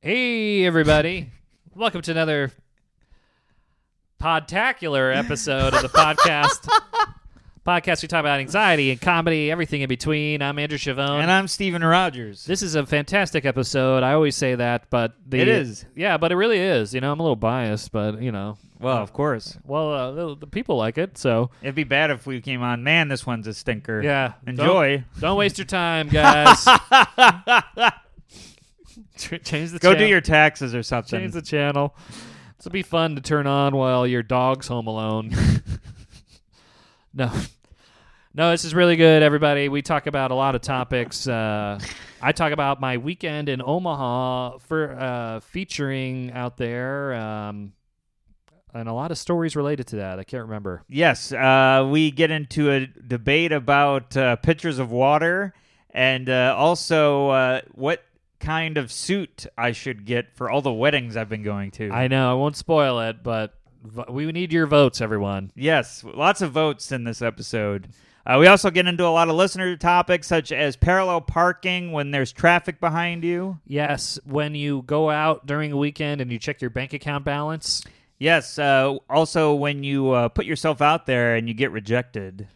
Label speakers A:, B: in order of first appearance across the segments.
A: Hey, everybody. Welcome to another podtacular episode of the podcast. podcast, we talk about anxiety and comedy, everything in between. I'm Andrew Chavon.
B: And I'm Steven Rogers.
A: this is a fantastic episode. I always say that, but the,
B: It is.
A: Yeah, but it really is. You know, I'm a little biased, but, you know,
B: well, of course.
A: well, uh, the, the people like it, so.
B: It'd be bad if we came on, man, this one's a stinker.
A: Yeah.
B: Enjoy.
A: Don't, don't waste your time, guys. Tr- Change the
B: Go do
A: channel.
B: your taxes or something.
A: Change the channel. This will be fun to turn on while your dog's home alone. no. No, this is really good, everybody. We talk about a lot of topics. Uh, I talk about my weekend in Omaha for uh, featuring out there, um, and a lot of stories related to that. I can't remember.
B: yes, uh, we get into a debate about uh, pitchers of water and uh, also uh, what kind of suit I should get for all the weddings I've been going to.
A: I know I won't spoil it, but v- we need your votes, everyone.
B: Yes, lots of votes in this episode. Uh, we also get into a lot of listener topics such as parallel parking when there's traffic behind you.
A: Yes, when you go out during a weekend and you check your bank account balance.
B: Yes, uh, also when you uh, put yourself out there and you get rejected.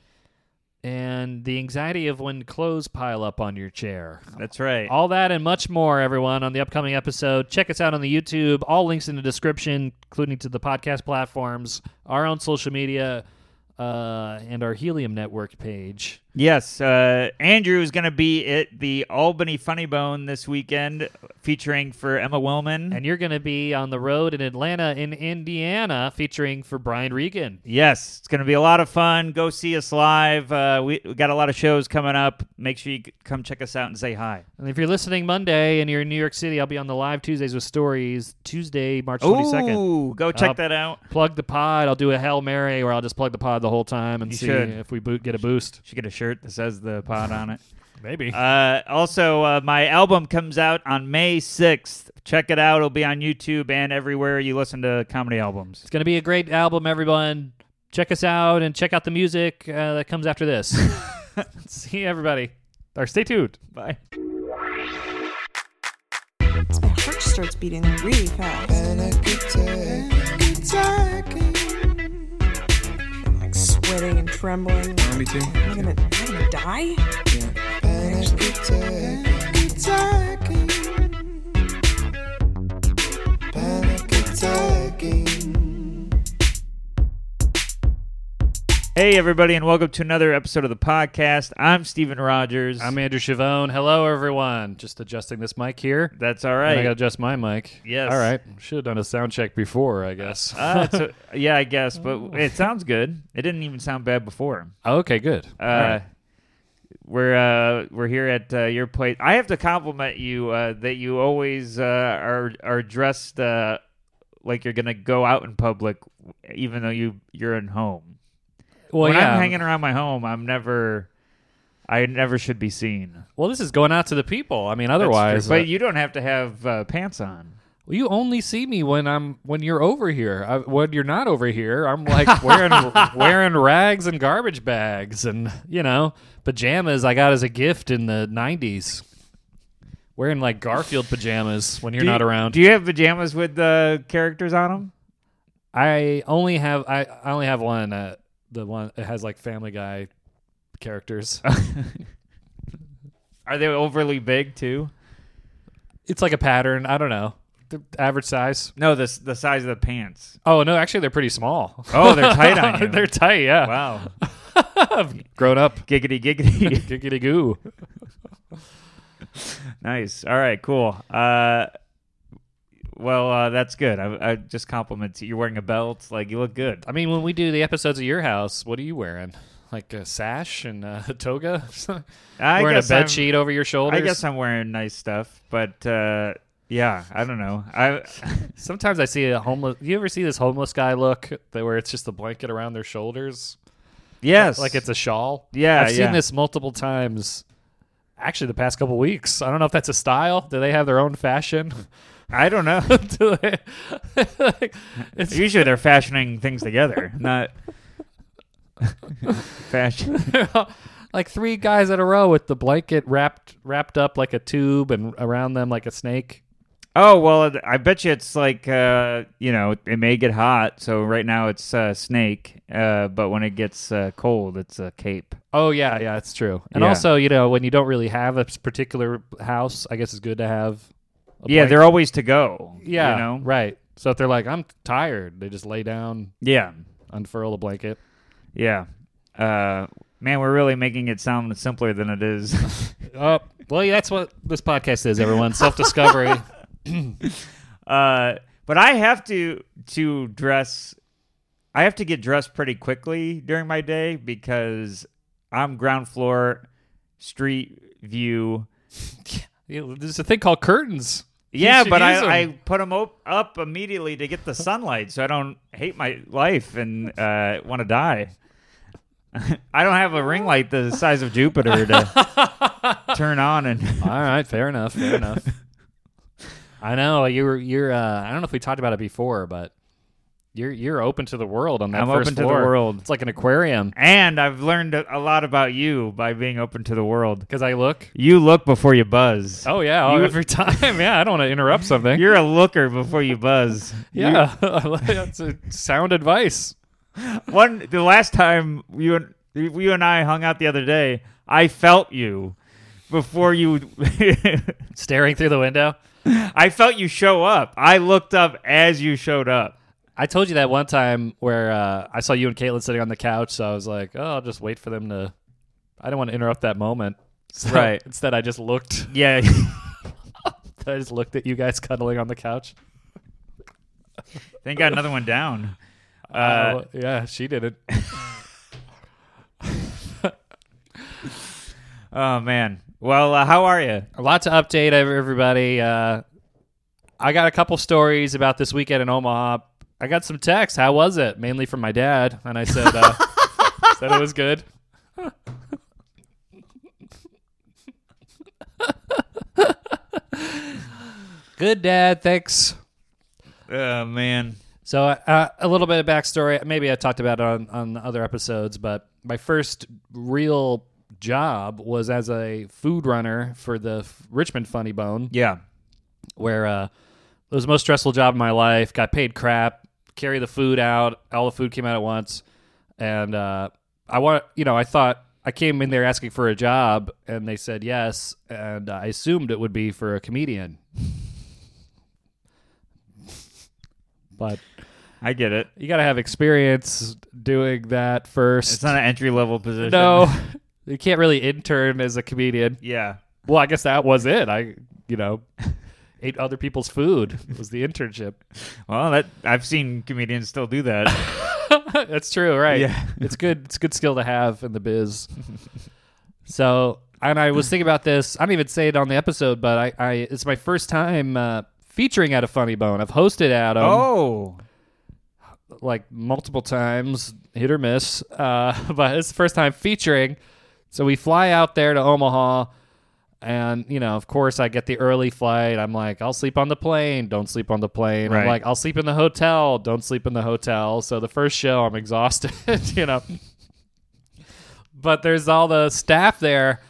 A: and the anxiety of when clothes pile up on your chair.
B: That's right.
A: All that and much more, everyone, on the upcoming episode. Check us out on the YouTube. All links in the description, including to the podcast platforms, our own social media, uh, and our Helium Network page.
B: Yes, uh, Andrew is going to be at the Albany Funny Bone this weekend, featuring for Emma Willman.
A: And you're going to be on the road in Atlanta, in Indiana, featuring for Brian Regan.
B: yes, it's going to be a lot of fun. Go see us live. Uh, we, we got a lot of shows coming up. Make sure you c- come check us out and say hi.
A: And if you're listening Monday and you're in New York City, I'll be on the live Tuesdays with Stories, Tuesday, March 22nd.
B: Ooh, go check
A: Up.
B: that out.
A: plug the pod. I'll do a Hail Mary where I'll just plug the pod the whole time and
B: You
A: see
B: should.
A: if we boot, get a boost.
B: Should get a shirt that says the pod on it.
A: Maybe.
B: Uh, also, uh, my album comes out on May 6th. Check it out. It'll be on YouTube and everywhere you listen to comedy albums.
A: it's going to be a great album, everyone. Check us out and check out the music uh, that comes after this. see you, everybody. Or stay tuned.
B: Bye.
C: My heart starts beating really fast.
D: And I could take
C: I'm like sweating and trembling.
D: Me too.
C: Am I gonna, am I gonna die?
D: And I could take Panic attacking.
B: Hey, everybody, and welcome to another episode of the podcast. I'm Steven Rogers.
A: I'm Andrew Chavone. Hello, everyone. Just adjusting this mic here.
B: That's all
A: And I
B: right.
A: got to adjust my mic.
B: Yes.
A: All right. Should have done a sound check before, I guess.
B: Uh, it's a- yeah, I guess, but it sounds good. It didn't even sound bad before.
A: okay, good.
B: Uh,
A: All right.
B: We're uh, we're here at uh, your place. I have to compliment you uh, that you always uh, are are dressed uh, like you're gonna go out in public, even though you you're in home.
A: Well,
B: when
A: yeah.
B: I'm hanging around my home, I'm never. I never should be seen.
A: well, this is going out to the people. I mean,
B: That's true.
A: otherwise, uh,
B: but you don't have to have uh, pants on.
A: Well, you only see me when I'm when you're over here. I, when you're not over here, I'm like wearing wearing rags and garbage bags and you know pajamas I got as a gift in the '90s. Wearing like Garfield pajamas when you're
B: Do you-
A: not around.
B: Do you have pajamas with the characters on them?
A: I only have I, I only have one. Uh, the one it has like Family Guy characters.
B: Are they overly big too?
A: it's like a pattern. I don't know. The average size.
B: No, the s- the size of the pants.
A: Oh no, actually they're pretty small.
B: Oh, they're tight on you.
A: they're tight. Yeah.
B: Wow,
A: Grown up.
B: giggity giggity.
A: Giggity goo.
B: Nice. All right. Cool. Uh, well, uh, that's good. I, I just compliments you. You're wearing a belt. Like you look good.
A: I mean, when we do the episodes at your house, what are you wearing? Like a sash and a toga?
B: I
A: wearing a
B: guess
A: bed
B: I'm-
A: sheet over your shoulders?
B: I guess I'm wearing nice stuff, but uh, yeah, I don't know. I
A: Sometimes I see a homeless. You ever see this homeless guy look that where it's just a blanket around their shoulders?
B: yes,
A: Like it's a shawl?
B: Yeah,
A: I've
B: yeah.
A: seen this multiple times. Actually, the past couple weeks. I don't know if that's a style. Do they have their own fashion?
B: I don't know.
A: Do they- it's,
B: Usually they're fashioning things together, not fashion.
A: like three guys in a row with the blanket wrapped wrapped up like a tube and around them like a snake.
B: Oh well, it- I bet you it's like uh, you know it may get hot. So right now it's uh, snake, uh, but when it gets uh, cold, it's a cape.
A: Oh yeah, yeah, it's true. And
B: Yeah.
A: also, you know, when you don't really have a s- particular house, I guess it's good to have. A
B: yeah,
A: blanket.
B: they're always to go.
A: yeah,
B: you know.
A: right. So if they're like, I'm tired, they just lay down,
B: Yeah,
A: unfurl a blanket.
B: yeah. Uh, man, we're really making it sound simpler than it is.
A: Uh, well, yeah, that's what this podcast is, everyone. Self discovery.
B: Uh, but I have to to dress. I have to get dressed pretty quickly during my day because I'm ground floor, street view.
A: There's a thing called curtains. You
B: Yeah,
A: should
B: but
A: use 'em.
B: I, I put them op- up immediately to get the sunlight, so I don't hate my life and uh, want to die. I don't have a ring light the size of Jupiter to turn on, and
A: All right, fair enough, fair enough. I know you're you're. Uh, I don't know if we talked about it before, but you're you're open to the world on that.
B: I'm
A: first
B: open to the
A: floor.
B: world.
A: It's like an aquarium
B: and I've learned a lot about you by being open to the world.
A: because I look.
B: You look before you buzz.
A: Oh yeah, oh,
B: You-
A: every time. Yeah, I don't want to interrupt something.
B: You're a looker before you buzz.
A: yeah, that's a sound advice.
B: You- one the last time you and you and I hung out the other day, I felt you before you.
A: Staring through the window.
B: I felt you show up. I looked up as you showed up.
A: I told you that one time where uh, I saw you and Caitlin sitting on the couch, so I was like, "Oh, I'll just wait for them to." I didn't want to interrupt that moment. So
B: Right.
A: Instead, I just looked.
B: Yeah.
A: I just looked at you guys cuddling on the couch.
B: then got another one down. Uh,
A: Uh, yeah, she did it.
B: oh man. Well, uh, how are you?
A: A lot to update ev- everybody. Uh, I got a couple stories about this weekend in Omaha. I got some texts. How was it? Mainly from my dad, and I said uh, said it was good. good dad, thanks.
B: Oh man.
A: So uh, a little bit of backstory. Maybe I talked about it on on other episodes, but my first real job was as a food runner for the F- Richmond Funny Bone,
B: Yeah.
A: where uh, it was the most stressful job of my life. Got paid crap. Carry the food out. All the food came out at once, and uh, I want you know I thought I came in there asking for a job, and they said yes, and I assumed it would be for a comedian, but.
B: I get it.
A: You gotta have experience doing that first.
B: It's not an entry level position.
A: no, you can't really intern as a comedian.
B: Yeah.
A: Well, I guess that was it. I, you know, ate other people's food was the internship.
B: Well, that I've seen comedians still do that. Um,
A: That's true, right?
B: Yeah.
A: it's good. It's a good skill to have in the biz. so, and I was thinking about this. I didn't even say it on the episode, but I, I it's my first time uh, featuring at a funny bone. I've hosted Adam.
B: oh.
A: like multiple times, hit or miss. Uh, but it's the first time featuring. So we fly out there to Omaha. And, you know, of course, I get the early flight. I'm like, I'll sleep on the plane. Don't sleep on the plane. I'm
B: Right.
A: like, I'll sleep in the hotel. Don't sleep in the hotel. So the first show, I'm exhausted, you know. But there's all the staff there.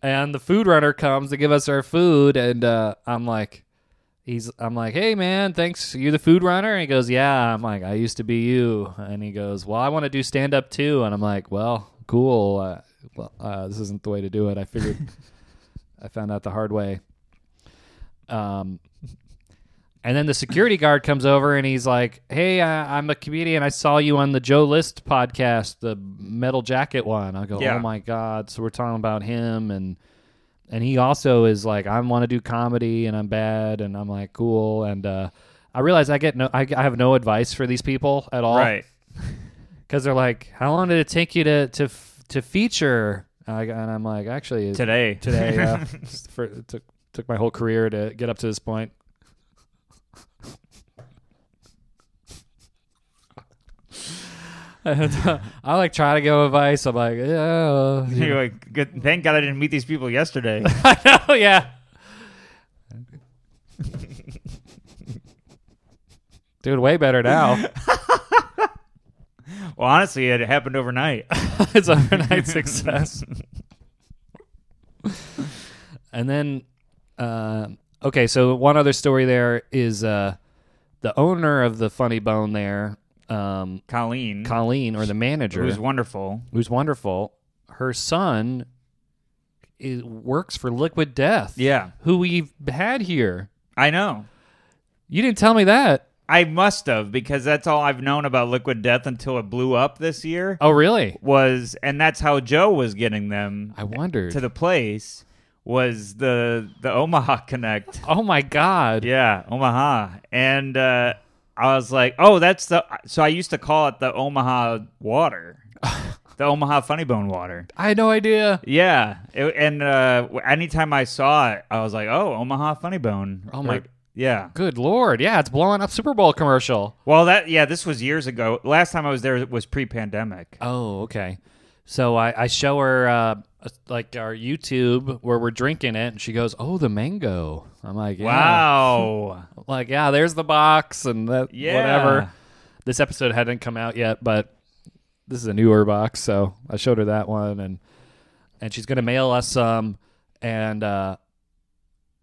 A: And the food runner comes to give us our food. And uh, I'm like, he's I'm like, hey man, thanks. You the food runner? And he goes, yeah. I'm like, I used to be you. And he goes, well, I want to do stand up too. And I'm like, well, cool. Uh, well, uh, this isn't the way to do it. I figured. I found out the hard way. Um, and then the security guard comes over and he's like, "Hey, I, I'm a comedian. I saw you on the Joe List podcast, the metal jacket one." I go,
B: Yeah.
A: "Oh my god!" So we're talking about him and and he also is like, "I want to do comedy and I'm bad," and I'm like, "Cool." And uh, I realize I get no, I, I have no advice for these people at all
B: Right.
A: because they're like, "How long did it take you to to f- to feature?" I, and I'm like, "Actually, it-
B: Today.
A: today. Yeah, For- it took took my whole career to get up to this point. And, uh, I like try to give advice. I'm like, yeah,
B: You're like, good. Thank God I didn't meet these people yesterday.
A: I know, Oh, yeah. Doing way better now.
B: well, honestly, it happened overnight.
A: it's overnight success. and then uh, okay, so one other story there is uh, the owner of the Funny Bone there, um,
B: Colleen,
A: Colleen, or the manager,
B: who's wonderful.
A: who's wonderful. Her son is, works for Liquid Death.
B: Yeah.
A: who we've had here.
B: I know.
A: You didn't tell me that.
B: I must have because that's all I've known about Liquid Death until it blew up this year.
A: Oh, really?
B: Was and that's how Joe was getting them
A: I wondered.
B: to the place was the the Omaha Connect.
A: oh my God.
B: Yeah, Omaha. And uh, I was like, oh, that's the. So I used to call it the Omaha water, the Omaha Funny Bone water.
A: I had no idea.
B: Yeah. It- and uh, w- anytime I saw it, I was like, oh, Omaha Funny Bone.
A: Oh, my-
B: Or- yeah.
A: Good lord. Yeah, it's blowing up Super Bowl commercial.
B: Well, that yeah, this was years ago. Last time I was there it was pre-pandemic.
A: Oh, okay. So I, I show her uh, like our YouTube where we're drinking it, and she goes, "Oh, the mango." I'm like, yeah.
B: Wow.
A: Like, yeah, there's the box and that
B: Yeah.
A: whatever. This episode hadn't come out yet, but this is a newer box, so I showed her that one, and and she's gonna mail us some, and uh,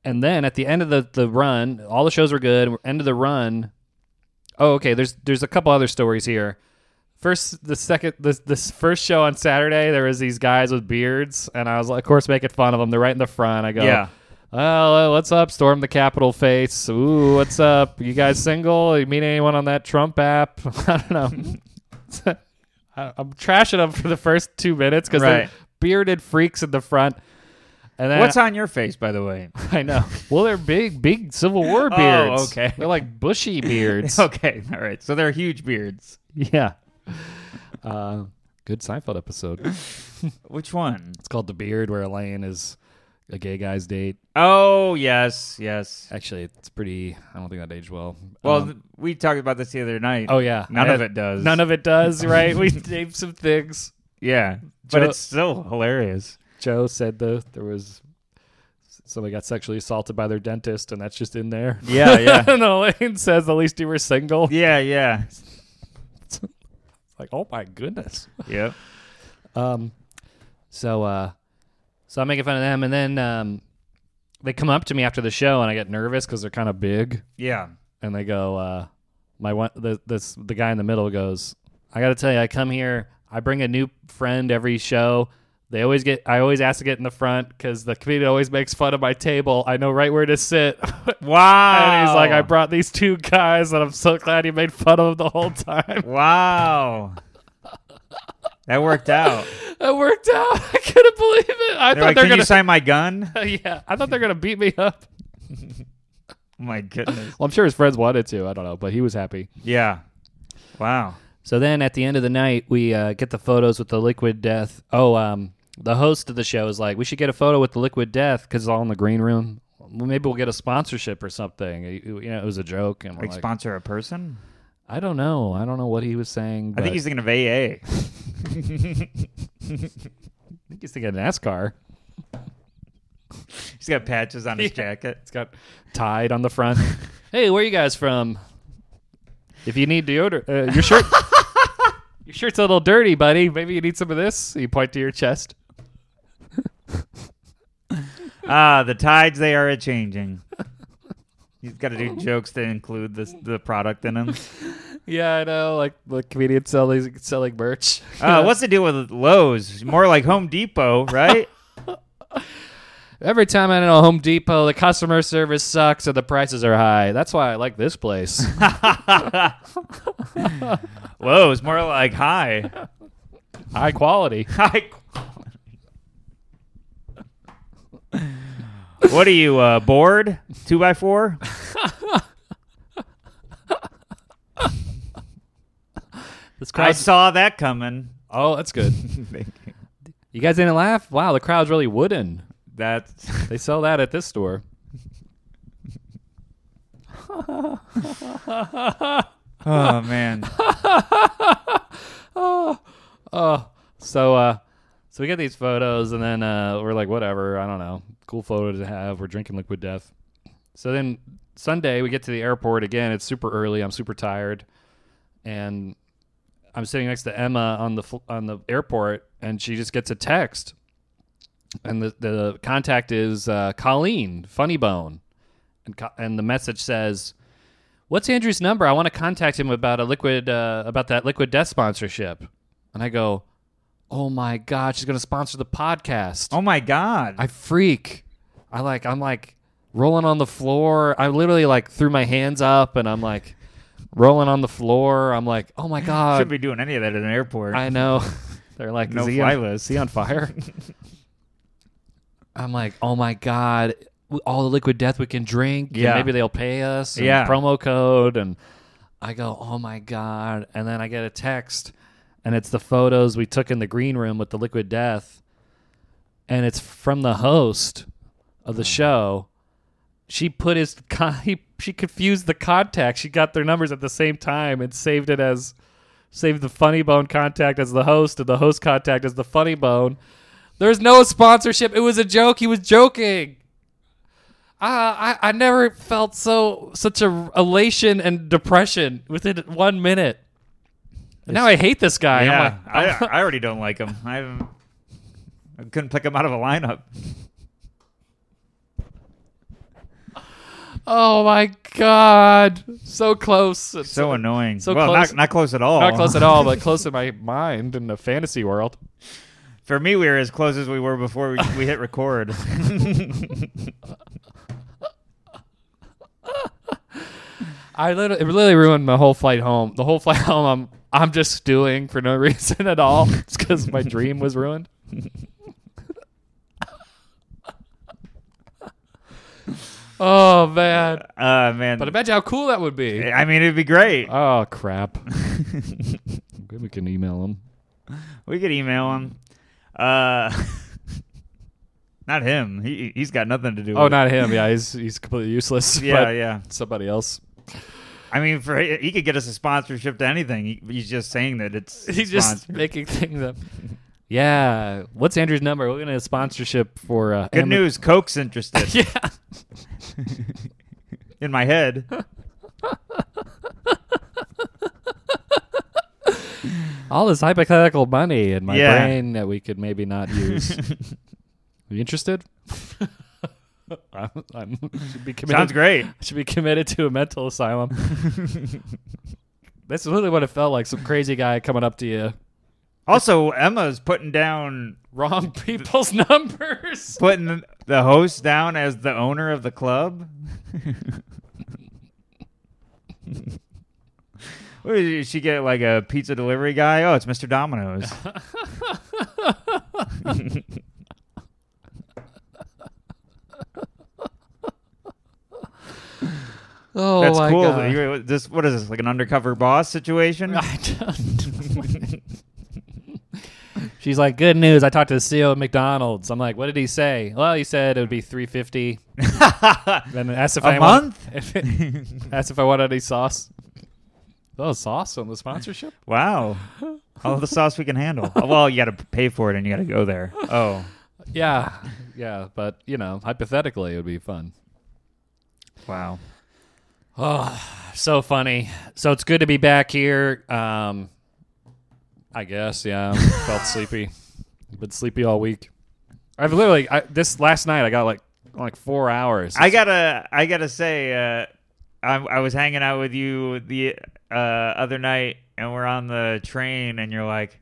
A: and then at the end of the the run, all the shows were good. End of the run, oh okay. There's there's a couple other stories here. First, the second, this this first show on Saturday, there was these guys with beards, and I was like, of course, making fun of them. They're right in the front. I go,
B: Yeah.
A: well, uh, what's up? Storm the Capitol face. Ooh, what's up? You guys single? You meet anyone on that Trump app? I don't know. I- I'm trashing them for the first two minutes because
B: Right.
A: they're bearded freaks in the front. And then
B: What's on your face, by the way?
A: I know. Well, they're big, big Civil War beards.
B: okay.
A: They're like bushy beards.
B: okay, all right. So they're huge beards.
A: Yeah. Uh, good Seinfeld episode. It's
B: Which one?
A: called The Beard, where Elaine is a gay guy's date.
B: Oh yes, yes.
A: Actually, it's pretty. I don't think that aged well.
B: Well,
A: Um,
B: th- we talked about this the other night.
A: Oh yeah,
B: none
A: I
B: of
A: had-
B: it does.
A: None of it does, right? we named some things.
B: yeah, but
A: Joe-
B: it's still hilarious.
A: Joe said though there was somebody got sexually assaulted by their dentist, and that's just in there.
B: Yeah, yeah,
A: and Elaine says, "At least you were single."
B: yeah, yeah.
A: It's like, oh my goodness.
B: Yep.
A: Um, so uh, so I'm making fun of them, and then um, they come up to me after the show, and I get nervous because they're kind of big,
B: Yeah.
A: and they go, uh, "My one, the, this the guy in the middle goes, I got to tell you, I come here, I bring a new friend every show." They always get. I always ask to get in the front because the comedian always makes fun of my table. I know right where to sit.
B: Wow.
A: and he's like, "I brought these two guys, and I'm so glad he made fun of them the whole time."
B: Wow. that worked out.
A: It worked out. I couldn't believe it. I
B: They're
A: thought
B: like,
A: they're
B: can
A: gonna
B: you sign my gun? Oh
A: yeah, I thought they're gonna beat me up.
B: Oh my goodness.
A: Well, I'm sure his friends wanted to. I don't know, but he was happy.
B: Yeah. Wow.
A: So then, at the end of the night, we uh, get the photos with the Liquid Death. Oh, um, the host of the show is like, we should get a photo with the Liquid Death because it's all in the green room. Well, maybe we'll get a sponsorship or something. You you know, it was a joke, and we're
B: Like,
A: like,
B: sponsor a person?
A: I don't know. I don't know what he was saying.
B: I think he's thinking of
A: I
B: AA.
A: think he's thinking NASCAR.
B: he's got patches on his jacket.
A: It's got tied on the front. hey, where you guys from? If you need deodorant, uh, your shirt, your shirt's a little dirty, buddy. Maybe you need some of this. You point to your chest.
B: Ah, the tides they are a changing. He's got to do jokes to include this the product in them.
A: Yeah, I know. Like the comedians sell these selling merch.
B: Uh, what's the deal with Lowe's? More like Home Depot, right?
A: Every time I know Home Depot, the customer service sucks and the prices are high. That's why I like this place.
B: Lowe's, more like high.
A: high quality.
B: High. what are you uh, bored? Two by four?
A: This
B: I
A: crowd's,
B: saw that coming.
A: oh, that's good. You guys didn't laugh? Wow, the crowd's really wooden.
B: That's
A: They sell that at this store.
B: oh man.
A: Oh, so uh, so we get these photos, and then uh, we're like, whatever, I don't know, cool photo to have. We're drinking liquid death. So then Sunday we get to the airport again. It's super early. I'm super tired, and I'm sitting next to Emma on the fl- on the airport, and she just gets a text, and the the contact is uh, Colleen Funny Bone, and, co- and the message says, "What's Andrew's number? I want to contact him about a liquid uh, about that liquid death sponsorship." And I go, "Oh my god, she's going to sponsor the podcast!"
B: Oh my god!
A: I freak. I like I'm like rolling on the floor. I literally like threw my hands up and I'm like rolling on the floor. I'm like, "Oh my
B: shouldn't
A: god."
B: be doing any of that at an airport.
A: I know. They're like,
B: no
A: "Is he
B: fly
A: on-
B: list.
A: is he on fire? I'm like, oh my god, all the liquid death we can drink. and
B: Yeah.
A: maybe they'll pay us. and
B: Yeah.
A: promo code, and I go, oh my god, and then I get a text, and it's the photos we took in the green room with the liquid death, and it's from the host of the
B: Mm.
A: show. She put his con- he, she confused the contact. She got their numbers at the same time and saved it as saved the funny bone contact as the host and the host contact as the funny bone. There's no sponsorship. It was a joke. He was joking. I I, I never felt so such a elation and depression within one minute. And now I hate this guy. I'm
B: yeah,
A: like-
B: I, I already don't like him. I, haven't- I couldn't pick him out of a lineup.
A: oh my god, so close.
B: So annoying.
A: so
B: well,
A: close.
B: Not, not close at all.
A: not close at all, but close in my mind in the fantasy world.
B: For me, we were as close as we were before we, we hit record.
A: I literally, it really ruined my whole flight home. The whole flight home, I'm I'm just stewing for no reason at all. It's because my dream was ruined. oh man!
B: Uh, man.
A: But imagine how cool that would be.
B: I mean, it'd be great.
A: Oh crap! Maybe we can email him.
B: We could email him. Uh, not him. He he's got nothing to do.
A: Oh,
B: with
A: not him. Yeah, he's he's completely useless.
B: It. Yeah,
A: but
B: yeah.
A: Somebody else.
B: I mean, for he could get us a sponsorship to anything. He, he's just saying that it's.
A: He's just
B: sponsored.
A: making things up. Yeah. What's Andrew's number? We're gonna have sponsorship for uh,
B: Good
A: Ama-
B: news. Coke's interested.
A: Yeah.
B: In my head.
A: all this hypothetical money in my
B: Yeah.
A: brain that we could maybe not use. Are you interested? I'm, I'm, should be committed,
B: Sounds great.
A: Should be committed to a mental asylum. That's literally what it felt like. Some crazy guy coming up to you.
B: Also, Emma's putting down
A: Wrong people's numbers.
B: putting the host down as the owner of the club. what did she get? Like a pizza delivery guy? Oh, it's Mr. Domino's.
A: Oh
B: That's
A: my
B: cool.
A: god! Oh
B: You- This what is this? Like an undercover boss situation?
A: I don't- She's like, "Good news! I talked to the CEO of McDonald's." I'm like, "What did he say?" Well, he said it would be three fifty. Then asked if
B: A
A: I
B: month?
A: Want, if it- asked if I wanted any sauce. Oh, sauce on the sponsorship?
B: wow. All the sauce we can handle. Oh, Well, you got to pay for it, and you got to go there. Oh,
A: yeah, yeah, but you know, hypothetically, it would be fun.
B: wow.
A: So funny. So it's good to be back here. Um, I guess. Yeah, felt sleepy. Been sleepy all week. I've literally I, this last night. I got like like four hours.
B: I gotta, I gotta say, uh, I, I was hanging out with you the uh, other night, and we're on the train, and you're like,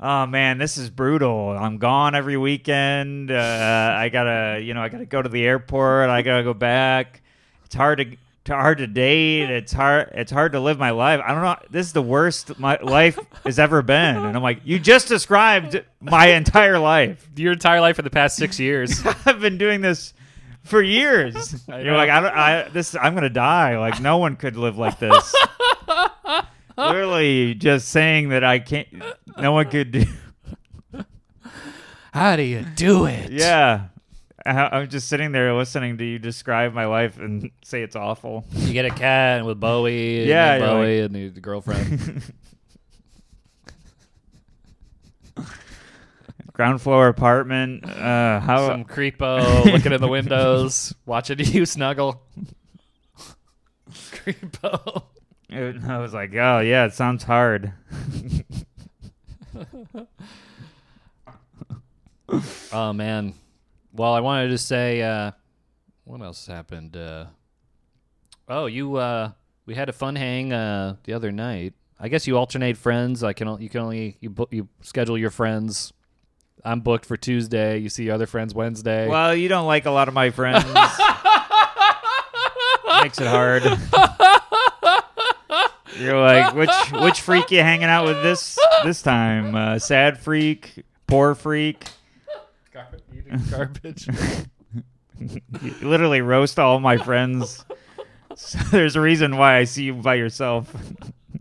B: "Oh man, this is brutal. I'm gone every weekend. Uh, I gotta, you know, I gotta go to the airport. I gotta go back. It's hard to." to- hard to date. It's hard. It's hard to live my life. I don't know. This is the worst my life has ever been. And I'm like, you just described my entire life.
A: your entire life for the past six years.
B: I've been doing this for years.
A: I
B: You're
A: know.
B: like, I don't, I, this, I'm gonna die. Like, no one could live like this. Literally, just saying that I can't. No one could do.
A: How do you do it?
B: Yeah, I, I'm just sitting there listening to you describe my life and say it's awful.
A: You get a cat with Bowie. And
B: Yeah,
A: yeah,
B: you're
A: Bowie and the the girlfriend.
B: Ground floor apartment. Uh, how?
A: Some creepo looking in the windows, watching you snuggle. creepo.
B: it- I was like, oh yeah, it sounds hard.
A: Oh man. Well, I wanted to say uh, what else happened. Uh, Oh, you. Uh, we had a fun hang uh, the other night. I guess you alternate friends. I can. o- You can only you book you schedule your friends. I'm booked for Tuesday. You see your other friends Wednesday.
B: Well, you don't like a lot of my friends. Makes it hard. You're like, which which freak you hanging out with this this time? Uh, sad freak, poor freak.
A: Garbage, eating garbage.
B: You literally roast all my friends. So there's a reason why I see you by yourself.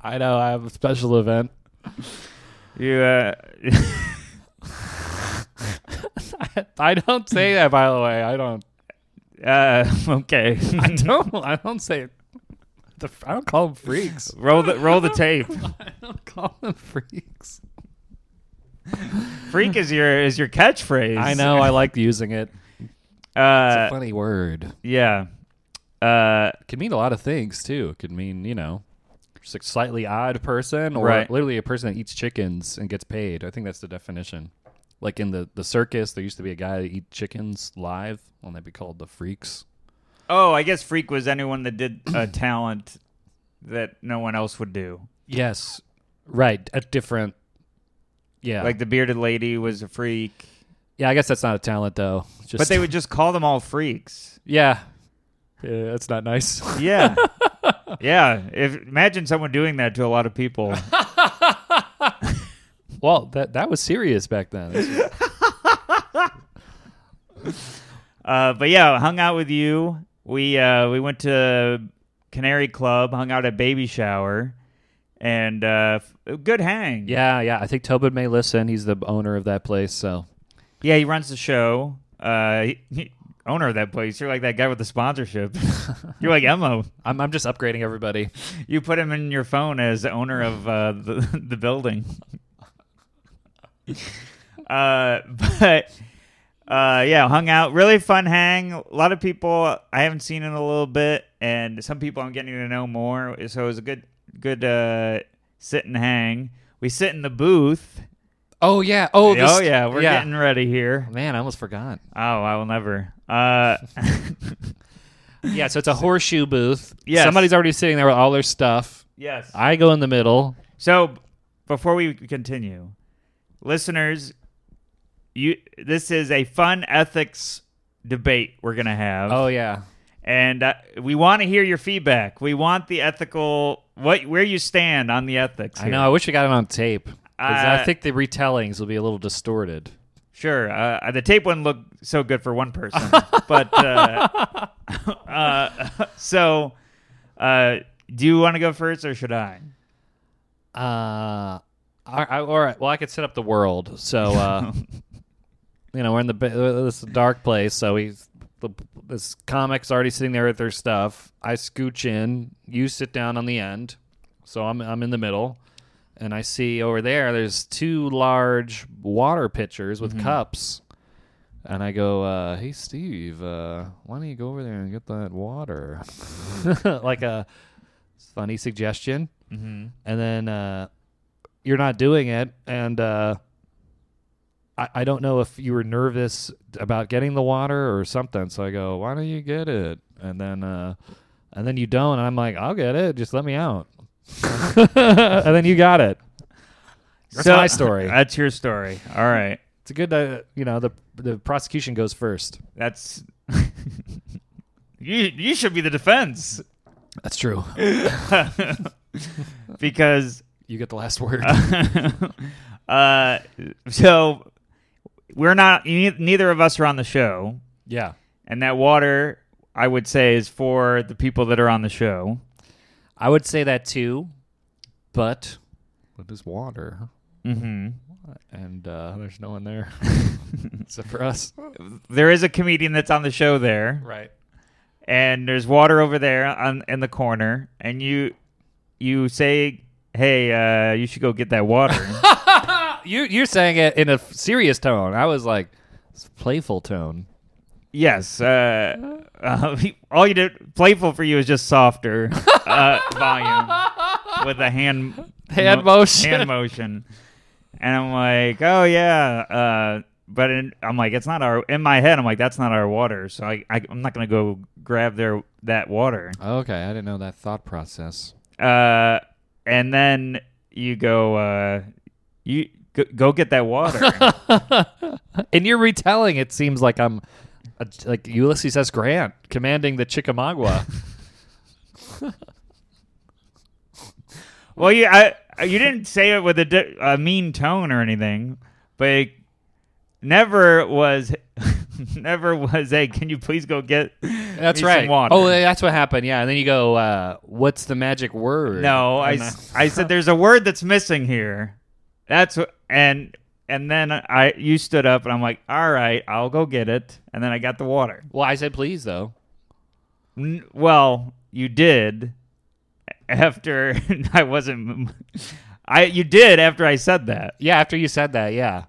A: I know. I have a special event.
B: You uh,
A: I don't say that, by the way. I don't.
B: uh okay.
A: I don't. I don't say. The, I don't call them freaks.
B: roll the roll the tape.
A: I don't call them freaks.
B: Freak is your is your catchphrase.
A: I know. I like using it. It's a
B: Uh,
A: funny word.
B: yeah. Uh,
A: could mean a lot of things too. It could mean you know, just a slightly odd person, or
B: Right.
A: literally a person that eats chickens and gets paid. I think that's the definition. Like in the the circus, there used to be a guy that eat chickens live, and that'd be called the freaks.
B: Oh, I guess freak was anyone that did a talent that no one else would do.
A: Yes, right. A different. Yeah,
B: Like the bearded lady was a freak,
A: yeah. I guess that's not a talent though. It's Just,
B: but they would just call them all freaks.
A: Yeah. Yeah, that's not nice.
B: Yeah. yeah, if imagine someone doing that to a lot of people.
A: well, that that was serious back then.
B: Uh, but yeah, hung out with you. We uh, we went to Canary Club, hung out at baby shower, and uh, f- good hang.
A: Yeah, yeah. I think Tobin may listen. He's the owner of that place, so
B: yeah. He runs the show. Uh, he- he- owner of that place. You're like that guy with the sponsorship. You're like Emo.
A: I'm I'm just upgrading everybody.
B: You put him in your phone as owner of uh, the the building. uh, but uh, yeah, hung out. Really fun hang. A lot of people I haven't seen in a little bit, and some people I'm getting to know more. So it was a good good uh, sit and hang. We sit in the booth.
A: Oh yeah. Oh, this,
B: oh yeah, we're getting ready here.
A: Man, I almost forgot.
B: Oh, I will never. Uh,
A: Yeah, so it's a horseshoe booth.
B: Yes.
A: Somebody's already sitting there with all their stuff.
B: yes.
A: I go in the middle.
B: So, b- before we continue, listeners, you this is a fun ethics debate we're gonna have,
A: Oh yeah.
B: and uh, we want to hear your feedback. We want the ethical what where you stand on the ethics.
A: I know. I wish we got it on tape. 'Cause I
B: Uh,
A: think the retellings will be a little distorted.
B: Sure, uh, the tape wouldn't look so good for one person, but uh, uh, so uh, do you want to go first or should I?
A: Uh, I, I, all right. Well, I could set up the world. So, uh, you know, we're in the ba- uh, this dark place. So we, the, this comic's already sitting there with their stuff. I scooch in. You sit down on the end. So I'm I'm in the middle, and I see over there. There's two large water pitchers with cups. And I go, uh, hey Steve, uh, why don't you go over there and get that water? like a funny suggestion
B: Mm-hmm.
A: and then uh, you're not doing it, and uh, I, I don't know if you were nervous about getting the water or something. So I go, why don't you get it? And then uh, and then you don't, and I'm like, I'll get it. Just let me out. and then you got it. That's my story.
B: That's your story. All right.
A: It's a good, uh, you know, the the prosecution goes first.
B: That's you. You should be the defense
A: That's true.
B: because
A: You get the last word.
B: uh, so we're not. ne- Neither of us are on the show,
A: yeah.
B: and that water I would say is for the people that are on the show.
A: I would say that too, but it is water,
B: hmm
A: and uh, there's no one there except for us.
B: There is a comedian that's on the show there,
A: Right.
B: and there's water over there on in the corner, and you you say, "Hey, uh, you should go get that water."
A: You you're saying it in a f- serious tone. I was like it's a playful tone.
B: Yes. Uh, uh, all you did, playful for you is just softer uh, volume with a hand
A: Hand motion.
B: hand motion. And I'm like, oh yeah, uh, but in, I'm like, it's not our. In my head, I'm like, that's not our water, so I, I I'm not gonna go grab their that water.
A: Okay, I didn't know that thought process.
B: Uh, and then you go, uh, you go, go get that water.
A: and you're retelling. It seems like I'm uh, like Ulysses S. Grant commanding the Chickamauga.
B: well, you I, you didn't say it with a, di- a mean tone or anything, but it never was never was a. Can you please go get?
A: that's
B: me some
A: right.
B: water?"
A: Oh, that's what happened. Yeah, and then you go, uh, "What's the magic word?"
B: No, I, s-
A: uh,
B: I said there's a word that's missing here. That's what, and and then I you stood up and I'm like, all right, I'll go get it. And then I got the water.
A: Well, I said please though.
B: N- well, you did after I wasn't. I you did after I said that.
A: Yeah, after you said that, yeah.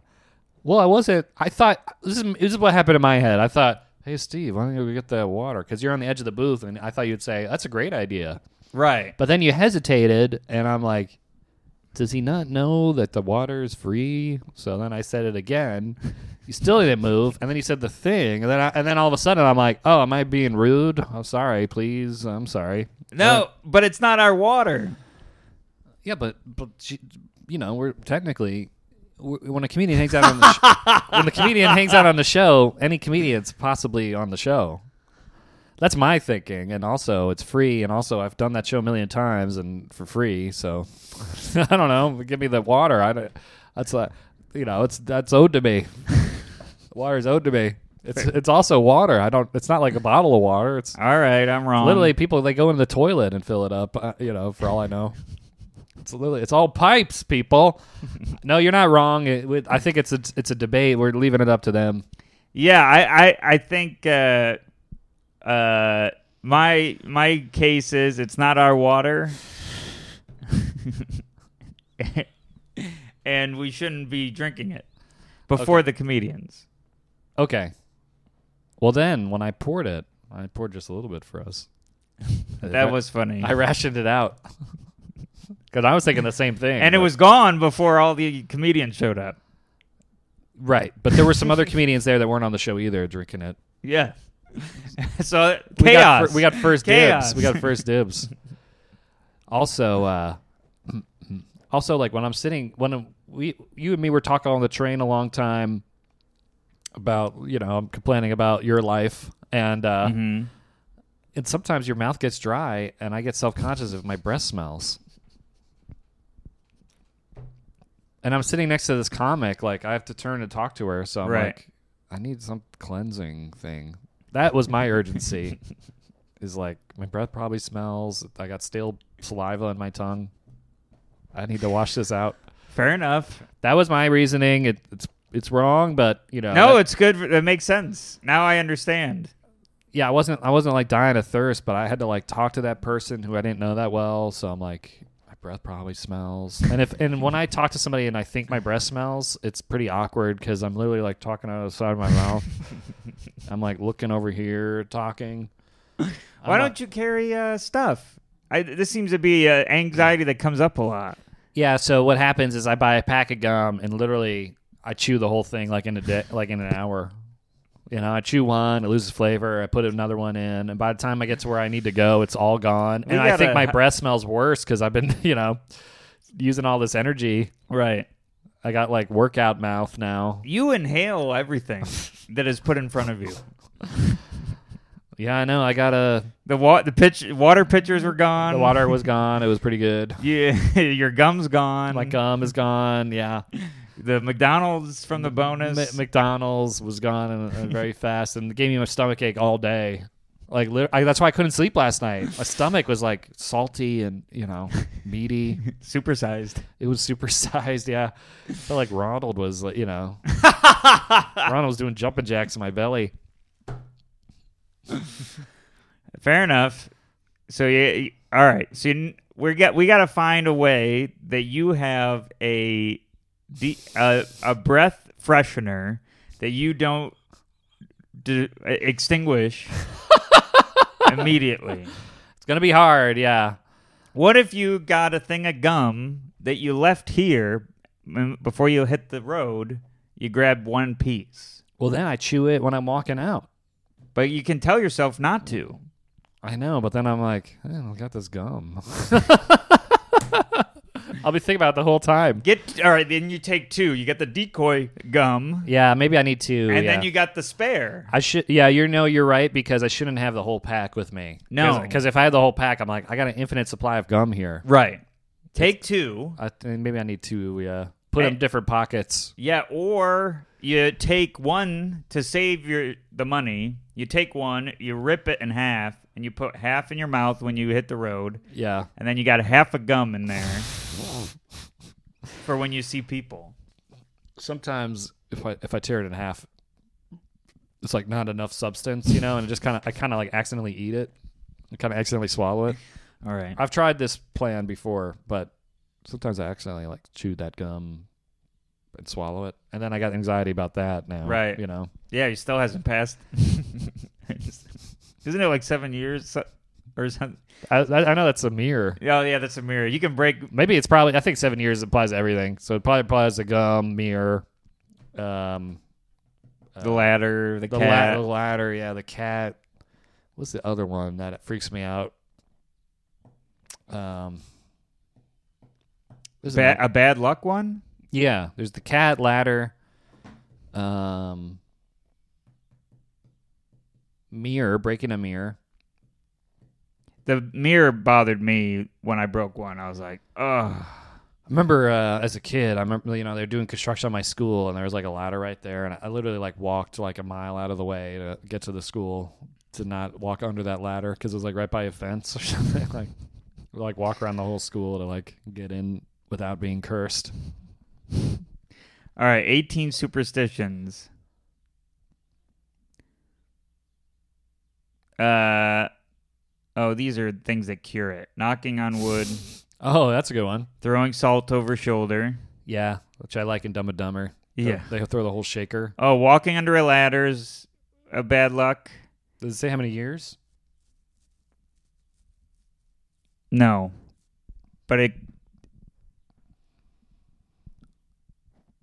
A: Well, I wasn't. I thought this is this is what happened in my head. I thought, "Hey, Steve, why don't you go get that water?" Because you're on the edge of the booth, and I thought you'd say, "That's a great idea."
B: Right.
A: But then you hesitated, and I'm like, does he not know that the water is free? So then I said it again. You still didn't move, and then you said the thing, and then I, and then all of a sudden I'm like, oh, am I being rude? I'm sorry, please, I'm sorry.
B: No, but it's not our water.
A: Yeah, but but she, you know, we're technically w- when a comedian hangs out on the sh- when the comedian hangs out on the show, any comedian's possibly on the show. That's my thinking, and also it's free, and also I've done that show a million times and for free, so I don't know. Give me the water. I don't, that's like you know, it's that's owed to me. water is owed to me. It's it's also water. I don't. It's not like a bottle of water. It's
B: All right, I'm wrong.
A: Literally, people they go into the toilet and fill it up. Uh, you know, for all I know, it's literally it's all pipes, people. no, you're not wrong. It, it, I think it's a it's a debate. We're leaving it up to them.
B: Yeah, I I, I think uh, uh, my my case is it's not our water, and we shouldn't be drinking it before the comedians.
A: Okay. Well, then when I poured it, I poured just a little bit for us.
B: That was funny,
A: I rationed it out because I was thinking the same thing.
B: and it
A: but-
B: was gone before all the comedians showed up.
A: right, but there were some other comedians there that weren't on the show either drinking it.
B: Yeah, so
A: We got
B: chaos.
A: fir- We got, first
B: Chaos.
A: dibs. We got first dibs. Also, uh, also like when I'm sitting, when we, you and me were talking on the train a long time about, you know, I'm complaining about your life and, uh,
B: Mm-hmm.
A: and sometimes your mouth gets dry and I get self-conscious if my breath smells. And I'm sitting next to this comic, like I have to turn and talk to her. So I'm
B: Right.
A: like, I need some cleansing thing. That was my urgency. is like my breath probably smells. I got stale saliva on my tongue. I need to wash this out.
B: fair enough.
A: That was my reasoning. It, it's it's wrong, but you know,
B: No,
A: Oh, that-
B: it's good. That makes sense. Now I understand.
A: yeah, I wasn't I wasn't like dying of thirst, but I had to like talk to that person who I didn't know that well, so I'm like my breath probably smells. And if and when I talk to somebody and I think my breath smells, it's pretty awkward cuz I'm literally like talking out of the side of my mouth. I'm like looking over here talking.
B: Why don't you carry uh, stuff? I, this seems to be uh, anxiety that comes up a lot.
A: Yeah, so what happens is I buy a pack of gum and literally I chew the whole thing like in a day, like in an hour. You know, I chew one, it loses flavor, I put another one in, and by the time I get to where I need to go, it's all gone.
B: We
A: and I think
B: gotta-
A: my breath smells worse because I've been, you know, using all this energy.
B: Right.
A: I got like workout mouth now.
B: You inhale everything that is put in front of you.
A: Yeah, I know. I got a.
B: The wa- the pitch water pitchers were gone.
A: The water was gone. It was pretty good.
B: Yeah, your gums gone.
A: My gum is gone. Yeah.
B: the McDonald's from the bonus.
A: M- McDonald's was gone and, and very fast, and gave me my stomach ache all day. Like lit- I, that's why I couldn't sleep last night. My stomach was like salty and you know meaty.
B: supersized.
A: It was supersized. Yeah, I felt like Ronald was like, you know Ronald was doing jumping jacks in my belly.
B: Fair enough. So yeah, y- all right. So you, we got we got to find a way that you have a de- a, a breath freshener that you don't d- e, extinguish immediately.
A: It's gonna be hard. Yeah.
B: What if you got a thing of gum that you left here m- before you hit the road? You grab one piece,
A: Well, then I chew it when I'm walking out.
B: but you can tell yourself not to.
A: I know, but then I'm like, I got this gum. I'll be thinking about it the whole time.
B: Get all right. Then you take two. You got the decoy gum,
A: Yeah, maybe I need to.
B: and
A: yeah.
B: then you got the spare.
A: I should. Yeah, you know, you're right because I shouldn't have the whole pack with me.
B: No.
A: because if I had the whole pack, I'm like, I got an infinite supply of gum here.
B: Right. Take two.
A: I think maybe I need to uh, put them
B: Hey.
A: different pockets.
B: Yeah, or you take one to save your the money. You take one, you rip it in half, and you put half in your mouth when you hit the road,
A: Yeah,
B: and then you got half a gum in there for when you see people.
A: sometimes if I if I tear it in half, it's like not enough substance, you know, and it just kind of I kind of like accidentally eat it, I kind of accidentally swallow it.
B: All right.
A: I've tried this plan before, but sometimes I accidentally like chew that gum and swallow it, and then I got anxiety about that now.
B: Right.
A: You know.
B: Yeah, he still hasn't passed. Isn't it like seven years so- or something?
A: I, I I know that's a mirror.
B: Oh yeah, that's a mirror. You can break.
A: Maybe it's probably. I think seven years applies to everything. So it probably applies to gum, mirror, um,
B: The ladder, the,
A: the, la-
B: cat.
A: the ladder. Yeah, the cat. What's the other one that freaks me out? Um, there's
B: Ba-
A: another-
B: a bad luck one.
A: yeah, there's the cat ladder. Um, mirror breaking a mirror.
B: The mirror bothered me when I broke one. I was like, ugh.
A: I remember uh, as a kid, I remember you know they were doing construction on my school, and there was like a ladder right there, and I literally like walked like a mile out of the way to get to the school to not walk under that ladder because it was like right by a fence or something. like, like walk around the whole school to like get in without being cursed.
B: All right, 18 superstitions. Uh oh, these are things that cure it. Knocking on wood,
A: Oh, that's a good one.
B: throwing salt over shoulder.
A: Yeah, which I like in Dumb and Dumber.
B: Yeah.
A: they throw the whole shaker.
B: Oh, walking under a ladder's a bad luck.
A: Does it say how many years?
B: No. But it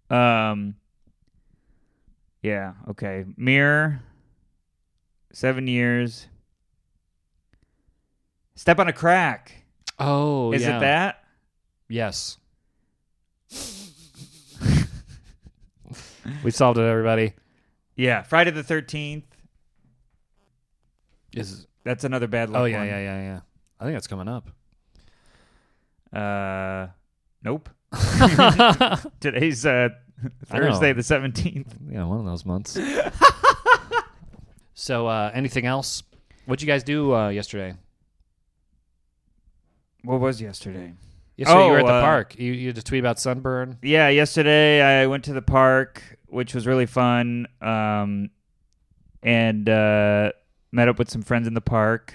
B: um yeah, okay. Mirror 7 years. Step on a crack.
A: Oh,
B: Is
A: yeah.
B: it that?
A: Yes. we solved it, everybody.
B: Yeah, Friday the 13th.
A: Is
B: That's another bad luck
A: oh yeah yeah yeah yeah. I think that's coming up.
B: yeah. Uh nope. Today's uh Thursday the 17th.
A: Yeah, one of those months. so, uh, anything else? What'd you guys do uh, yesterday?
B: What was yesterday?
A: Yesterday you were at the
B: Oh, uh,
A: park. You you had a tweet about sunburn.
B: Yeah, yesterday I went to the park, which was really fun, um, and uh, met up with some friends in the park.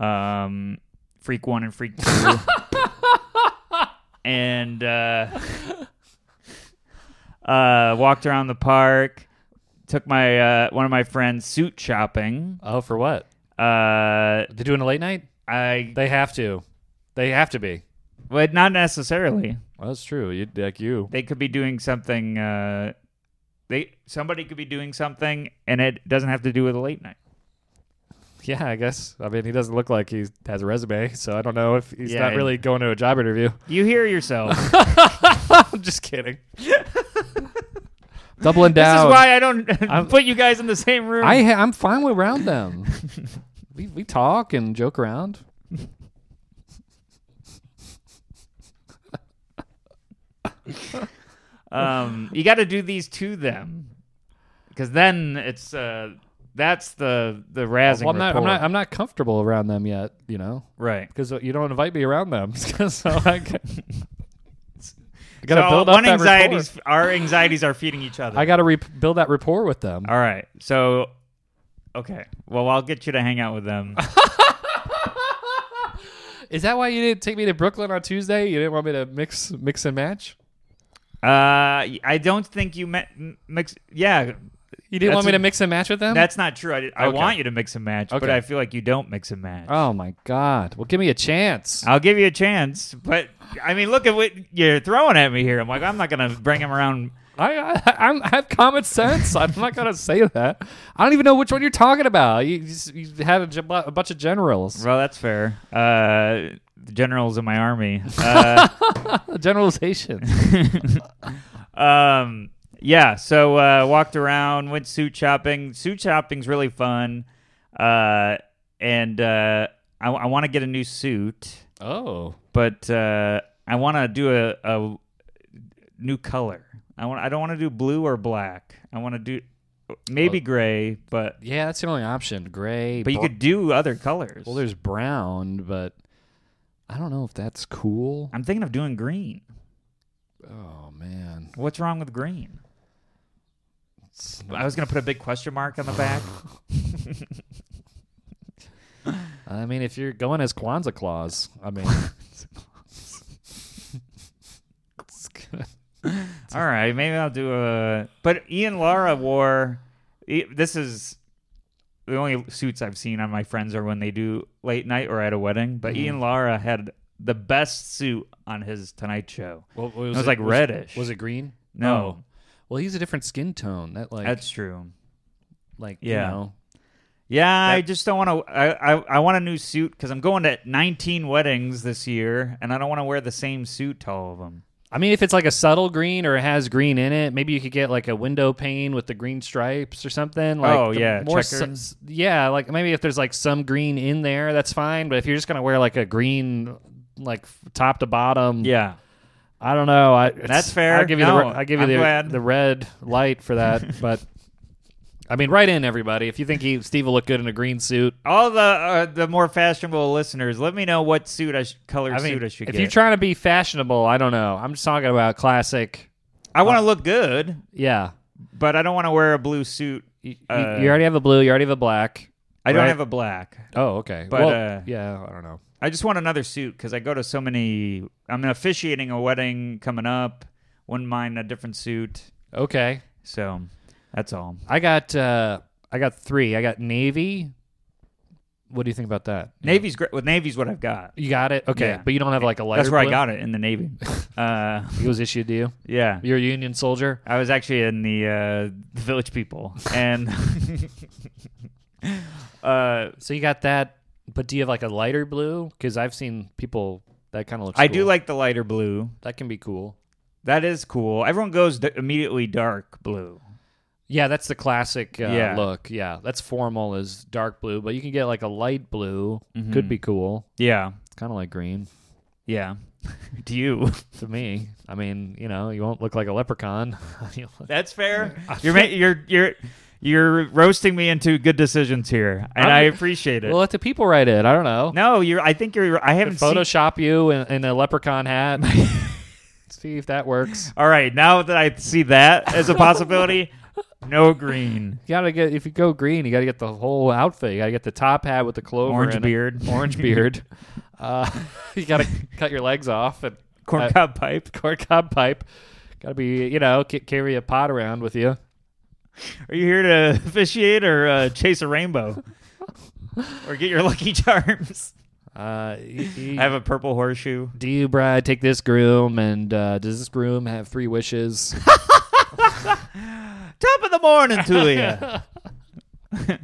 B: Um, freak one and freak two, and uh, uh, walked around the park. Took my uh, one of my friends suit shopping.
A: Oh, for what?
B: Uh,
A: They're doing a late night.
B: I
A: They have to. They have to be.
B: well, not necessarily.
A: Well, that's true. You like you.
B: they could be doing something uh they somebody could be doing something and it doesn't have to do with a late night
A: Yeah, I guess. I mean, he doesn't look like he has a resume, so I don't know if he's
B: Yeah,
A: not
B: and-
A: really going to a job interview.
B: you hear yourself this is
A: I'm just kidding. Doubling down.
B: why i don't
A: Oh. I'm-
B: put you guys in the same room
A: I ha- I'm fine with around them. we we talk and joke around.
B: um you got to do these to them because then it's uh that's the the razzing
A: Well, I'm not, I'm
B: rapport.
A: not I'm not comfortable around them yet, you know,
B: right
A: because you don't invite me around them. so I, g- I gotta
B: so
A: build up
B: one
A: that
B: anxieties
A: rapport.
B: our anxieties are feeding each other
A: I gotta re- build that rapport with them.
B: all right so okay well i'll get you to hang out with them Uh,
A: Is that why you didn't take me to Brooklyn on Tuesday? You didn't want me to mix mix and match.
B: Uh, I don't think you met m- mix. Yeah,
A: You didn't
B: That's
A: want me to
B: a-
A: mix and match with them.
B: that's not true. I, I
A: Okay.
B: want you to mix and match, but
A: Okay.
B: I feel like you don't mix and match.
A: oh my god. Well, give me a chance.
B: I'll give you a chance, but I mean, look at what you're throwing at me here. I'm like, I'm not gonna bring him around
A: I, I, I'm, I have common sense. I'm not gonna say that. I don't even know which one you're talking about. You, you, s- you had a, j- bu- a bunch of generals.
B: Well, that's fair. Uh, the generals in my army. Uh,
A: Generalization.
B: um, yeah. So uh, walked around, went suit shopping. Suit shopping's really fun. Uh, and uh, I, I want to get a new suit,
A: oh,
B: but uh, I want to do a, a new color. I want. I don't want to do blue or black. I want to do maybe gray, but
A: yeah, that's the only option. Gray.
B: but you
A: bla-
B: could do other colors.
A: Well, there's brown, but I don't know if that's cool.
B: I'm thinking of doing green.
A: Oh man,
B: What's wrong with green? I was gonna put a big question mark on the back.
A: I mean, if you're going as Kwanzaa Claus, I mean, it's good.
B: All right, maybe I'll do a. But Ian Lara wore. i- This is the only suits I've seen on my friends are when they do late night or at a wedding. But Ian Lara had the best suit on his Tonight Show.
A: What- what
B: It was like reddish.
A: Was it green?
B: No.
A: Oh. Well, he's a different skin tone. That like
B: That's true.
A: like
B: yeah.
A: you know.
B: Yeah, I just don't want to. I, I I want a new suit because I'm going to 19 weddings this year, and I don't want to wear the same suit to all of them.
A: I mean, if it's like a subtle green or it has green in it, maybe you could get like a window pane with the green stripes or something. Like
B: Oh,
A: the
B: yeah,
A: more
B: checker.
A: s- yeah, like maybe if there's like some green in there, that's fine. But if you're just gonna wear like a green, like f- top to bottom,
B: Yeah.
A: I don't know. I it's-
B: That's fair.
A: I'll give you
B: No,
A: the re- I'll give you
B: I'm
A: the
B: glad.
A: the red light for that. but I mean, right in everybody. If you think he, Steve will look good in a green suit,
B: All the uh, the more fashionable listeners, let me know what suit I sh- color
A: I mean,
B: suit I should
A: if
B: get.
A: you're trying to be fashionable, I don't know. I'm just talking about classic.
B: I
A: Oh.
B: want to look good,
A: Yeah,
B: but I don't want to wear a blue suit.
A: you, you-
B: Uh,
A: you already have a blue. You already have a black.
B: I don't
A: Right.
B: have a black.
A: Oh, okay.
B: But,
A: Well,
B: uh,
A: yeah, I don't know.
B: I just want another suit because I go to so many. I'm officiating a wedding coming up. Wouldn't mind a different suit.
A: Okay,
B: So that's all.
A: I got uh, I got three. I got navy. What do you think about that?
B: Navy's great. Well, Navy's what I've got.
A: You got it. Okay,
B: Yeah.
A: but you don't have like a lighter.
B: That's where
A: blue?
B: I got it in the Navy. uh,
A: It was issued to you.
B: yeah.
A: You're a Union soldier.
B: I was actually in the uh, Village People, and uh,
A: So you got that, but do you have like a lighter blue? Because I've seen people that kind of looks.
B: I
A: cool.
B: do like the lighter blue.
A: that. Can be cool.
B: That is cool. Everyone goes d- immediately dark blue.
A: Yeah, that's the classic uh,
B: Yeah.
A: look. Yeah, that's formal is dark blue, but you can get like a light blue.
B: Mm-hmm.
A: Could be cool.
B: Yeah.
A: It's kind of like green
B: Yeah. to you.
A: to me. I mean, you know, you won't look like a leprechaun. You'll look-
B: That's fair. You're ma- you're you're you're roasting me into good decisions here, and
A: I'm-
B: i appreciate it.
A: well, let the people write it. I don't know.
B: no, you're. I think you're. I haven't seen.
A: Photoshop you in, in a leprechaun hat. See if that works.
B: All right, now that I see that as a possibility, no green.
A: You gotta get if you go green, you gotta get the whole outfit. You gotta get the top hat with the clover,
B: Orange
A: and
B: beard.
A: orange beard. Uh, you gotta cut your legs off and uh,
B: Corncob pipe
A: corncob pipe. Gotta be you know ca- carry a pot around with you.
B: Are you here to officiate or uh, chase a rainbow, or get your lucky charms?
A: Uh, y- y-
B: I have a purple horseshoe.
A: do you, bride, take this groom, and uh, does this groom have three wishes?
B: top of the morning to you.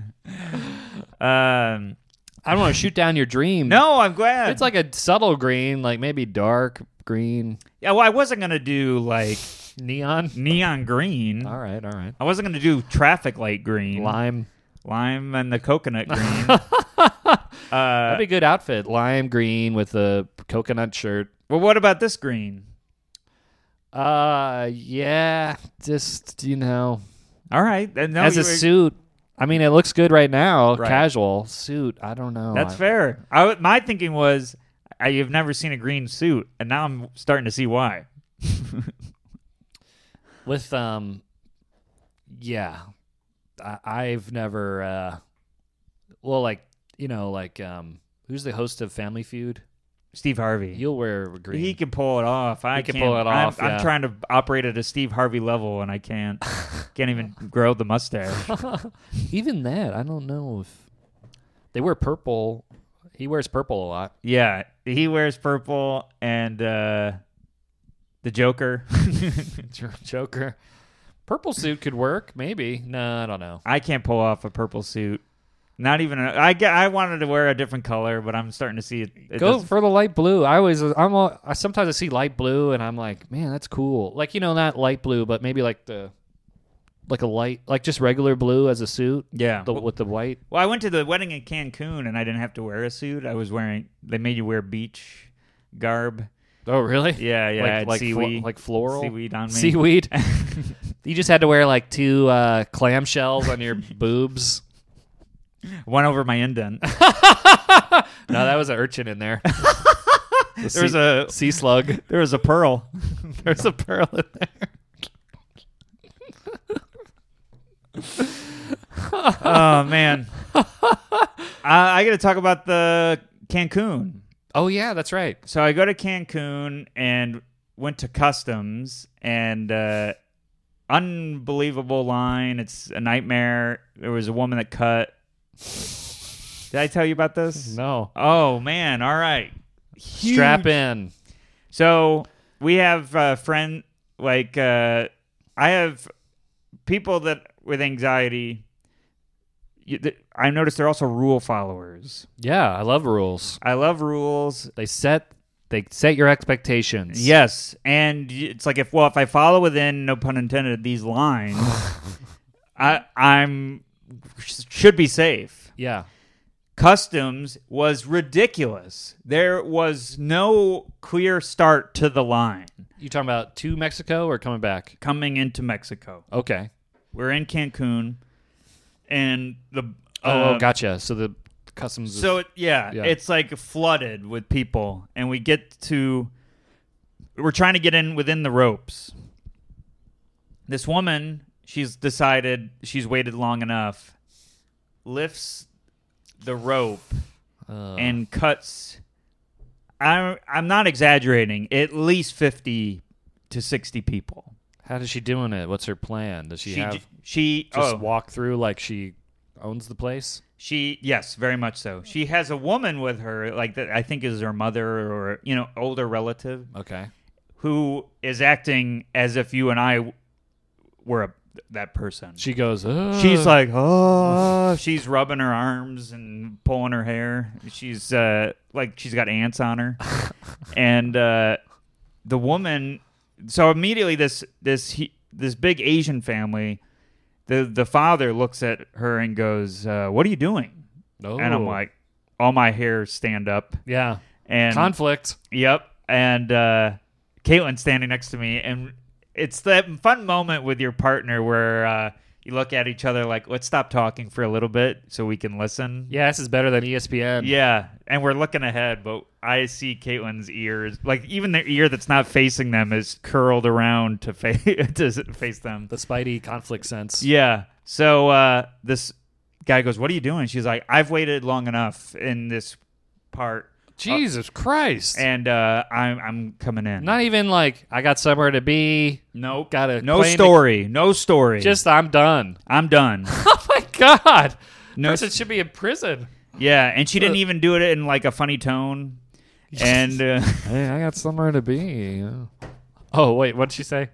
B: um,
A: I don't want to shoot down your dream.
B: no, I'm glad.
A: it's like a subtle green, like maybe dark green,
B: yeah, well, I wasn't gonna do like
A: neon.
B: neon green.
A: All right, all right.
B: I wasn't gonna do traffic light green,
A: Lime.
B: lime and the coconut green. uh,
A: That'd be a good outfit. Lime green with a coconut shirt.
B: well, what about this green?
A: Uh, yeah. Just you know,
B: All right, then no,
A: as a
B: you were-
A: suit. I mean, it looks good right now.
B: Right.
A: Casual suit. I don't know.
B: That's
A: I-
B: fair. I, w- my thinking was, I, you've never seen a green suit, and now I'm starting to see why.
A: With um, yeah. I, I've never uh, well, like you know, like um, who's the host of Family Feud?
B: Steve Harvey.
A: You'll wear green.
B: He can pull it off. I
A: He can
B: can't-
A: pull it
B: I'm-
A: off,
B: I'm,
A: yeah.
B: trying to operate at a Steve Harvey level, and I can't. can't even grow the mustache.
A: Even that, I don't know if they wear purple. He wears purple a lot.
B: Yeah, he wears purple and uh, the Joker.
A: Joker. Purple suit could work, maybe. No, I don't know.
B: I can't pull off a purple suit. Not even. A, I get. I wanted to wear a different color, but I'm starting to see it. it
A: Go
B: doesn't-
A: for the light blue. I always, I'm, all, I sometimes I see light blue and I'm like, man, that's cool. Like you know, not light blue, but maybe like the, like a light, like just regular blue as a suit.
B: yeah.
A: The, with the white.
B: well, I went to the wedding in Cancun, and I didn't have to wear a suit. I was wearing. They made you wear beach garb.
A: Oh, really?
B: Yeah, yeah. I
A: Like
B: had
A: like, flo-
B: seaweed,
A: like floral
B: seaweed on me.
A: Seaweed. you just had to wear like two uh, clamshells on your boobs.
B: One over my indent.
A: No, that was an urchin in there. The
B: There was
A: sea-
B: a
A: sea slug.
B: there was a pearl.
A: There's a pearl in there.
B: oh man. Uh, I got to talk about the Cancun.
A: Oh yeah, that's right.
B: so I go to Cancun and went to customs and uh, unbelievable line. It's a nightmare. There was a woman that cut. Did I tell you about this?
A: No.
B: Oh man! All right.
A: Strap in.
B: So we have uh, friend like uh, I have people that with anxiety. You, th- I noticed they're also rule followers.
A: Yeah, I love rules.
B: I love rules.
A: They set they set your expectations.
B: Yes, and y- it's like if well, if I follow within no pun intended these lines, I I'm should be safe.
A: Yeah.
B: Customs was ridiculous. There was no clear start to the line
A: You talking about to Mexico or coming back?
B: coming into Mexico.
A: Okay.
B: We're in Cancun, and the
A: Oh,
B: uh,
A: oh gotcha. So the customs is-
B: So it, yeah,
A: Yeah.
B: it's like flooded with people, and we get to we're trying to get in within the ropes. This woman, she's decided she's waited long enough, lifts the rope
A: uh,
B: and cuts. I'm I'm not exaggerating. At least fifty to sixty people.
A: how is she doing it? What's her plan? Does she,
B: She
A: have
B: j- she
A: just
B: oh.
A: walk through like she owns the place?
B: She yes, very much so. She has a woman with her, like that I think is her mother or you know older relative,
A: Okay.
B: who is acting as if you and I w- were a, that person.
A: She goes, "Uh."
B: She's like, oh, she's rubbing her arms and pulling her hair. She's uh, like, she's got ants on her, and uh, the woman. So immediately, this this he, this big Asian family, the the father looks at her and goes, uh, "What are you doing?"
A: no.
B: and I'm like, all my hairs stand up.
A: Oh. yeah.
B: And
A: Conflict.
B: yep, and uh, Caitlin's standing next to me, and it's that fun moment with your partner where uh, you look at each other like, let's stop talking for a little bit so we can listen.
A: Yeah, this is better than E ESPN.
B: Yeah, and we're looking ahead, but I see Caitlin's ears, like even the ear that's not facing them is curled around to face to face them.
A: The Spidey conflict sense.
B: Yeah. So uh, this guy goes, "What are you doing?" She's like, "I've waited long enough in this part,
A: Jesus Christ.
B: and uh, I'm I'm coming in."
A: Not even like I got somewhere to be.
B: nope.
A: Got a
B: no
A: claim-
B: story. no story.
A: Just I'm done.
B: I'm done.
A: Oh my god.
B: No
A: Person
B: s-
A: should be in prison.
B: yeah, and she didn't even do it in like a funny tone. And uh,
A: Hey, I got somewhere to be. Oh wait, what'd she say?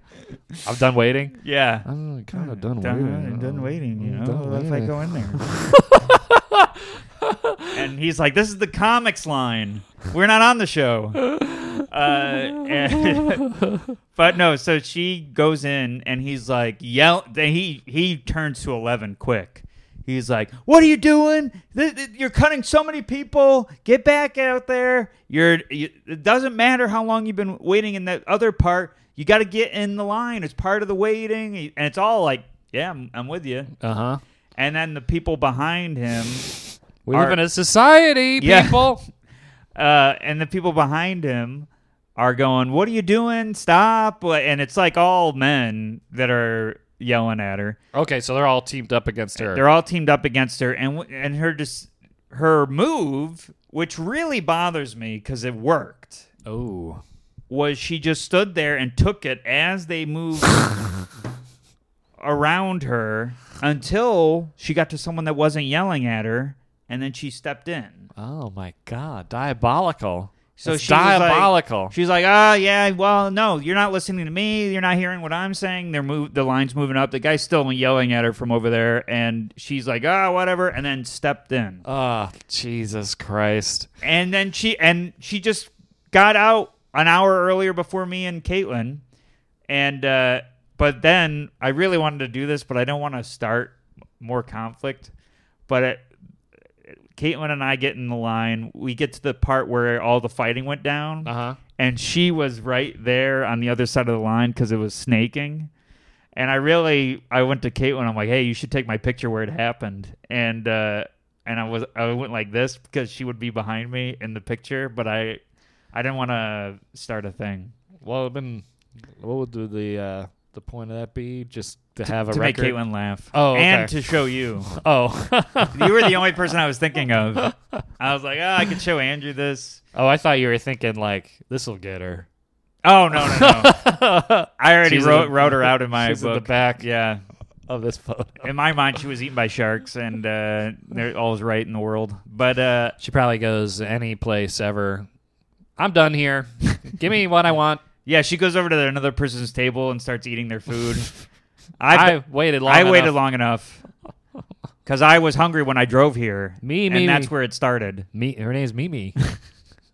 A: I'm done waiting.
B: yeah,
A: I'm kind of done,
B: done, done waiting. You know, what if I go in there. and he's like, "This is the comics line. We're not on the show." Uh, and- but no, so she goes in, and he's like, "Yell!" Then he he turns to eleven quick. He's like, "What are you doing? Th- th- You're cutting so many people. Get back out there. You're. You, it doesn't matter how long you've been waiting in that other part. You got to get in the line. It's part of the waiting, and it's all like." Yeah, I'm, I'm with you.
A: Uh huh.
B: And then the people behind him,
A: We
B: Our-
A: live in a society,
B: Yeah.
A: people.
B: uh, and the people behind him are going, "What are you doing? Stop!" And it's like all men that are yelling at her.
A: okay, so they're all teamed up against her.
B: They're all teamed up against her, and w- and her just her move, which really bothers me because it worked,
A: oh.
B: was she just stood there and took it as they moved around her until she got to someone that wasn't yelling at her, and then she stepped in.
A: Oh my god. Diabolical.
B: So
A: It's
B: she was like-
A: diabolical.
B: she's like, oh yeah, well no, you're not listening to me. You're not hearing what I'm saying. They're move the line's moving up. The guy's still yelling at her from over there, and she's like, ah, whatever, and then stepped in,
A: Ah, Jesus Christ.
B: and then she and she just got out an hour earlier before me and Caitlin, and uh, but then I really wanted to do this, but I don't want to start more conflict, but it. Caitlin and I get in the line. We get to the part where all the fighting went down
A: Uh huh.
B: and she was right there on the other side of the line because it was snaking. And I really, I went to Caitlin. I'm like, hey, you should take my picture where it happened. And uh, and I was, I went like this because she would be behind me in the picture, but I, I didn't want to start a thing
A: Well, then, what would the- the uh, the point of that be? Just to have a
B: to
A: record.
B: make Caitlin laugh.
A: Oh, okay.
B: and to show you,
A: Oh,
B: you were the only person I was thinking of. I was like, oh, I could show Andrew this.
A: oh, I thought you were thinking like this will get her.
B: Oh no, no, no! I already
A: She's in
B: wrote,
A: the-
B: wrote her out in my
A: she's in
B: book.
A: the back.
B: Yeah,
A: of this photo.
B: in my mind, she was eaten by sharks, and uh, there- all is right in the world. But uh,
A: She probably goes any place ever. I'm done here. Give me what I want.
B: yeah, she goes over to another person's table and starts eating their food.
A: I,
B: I
A: waited long.
B: I waited
A: enough.
B: long enough because I was hungry when I drove here.
A: Me,
B: and
A: me,
B: that's
A: me.
B: where it started.
A: Me, her name's Mimi.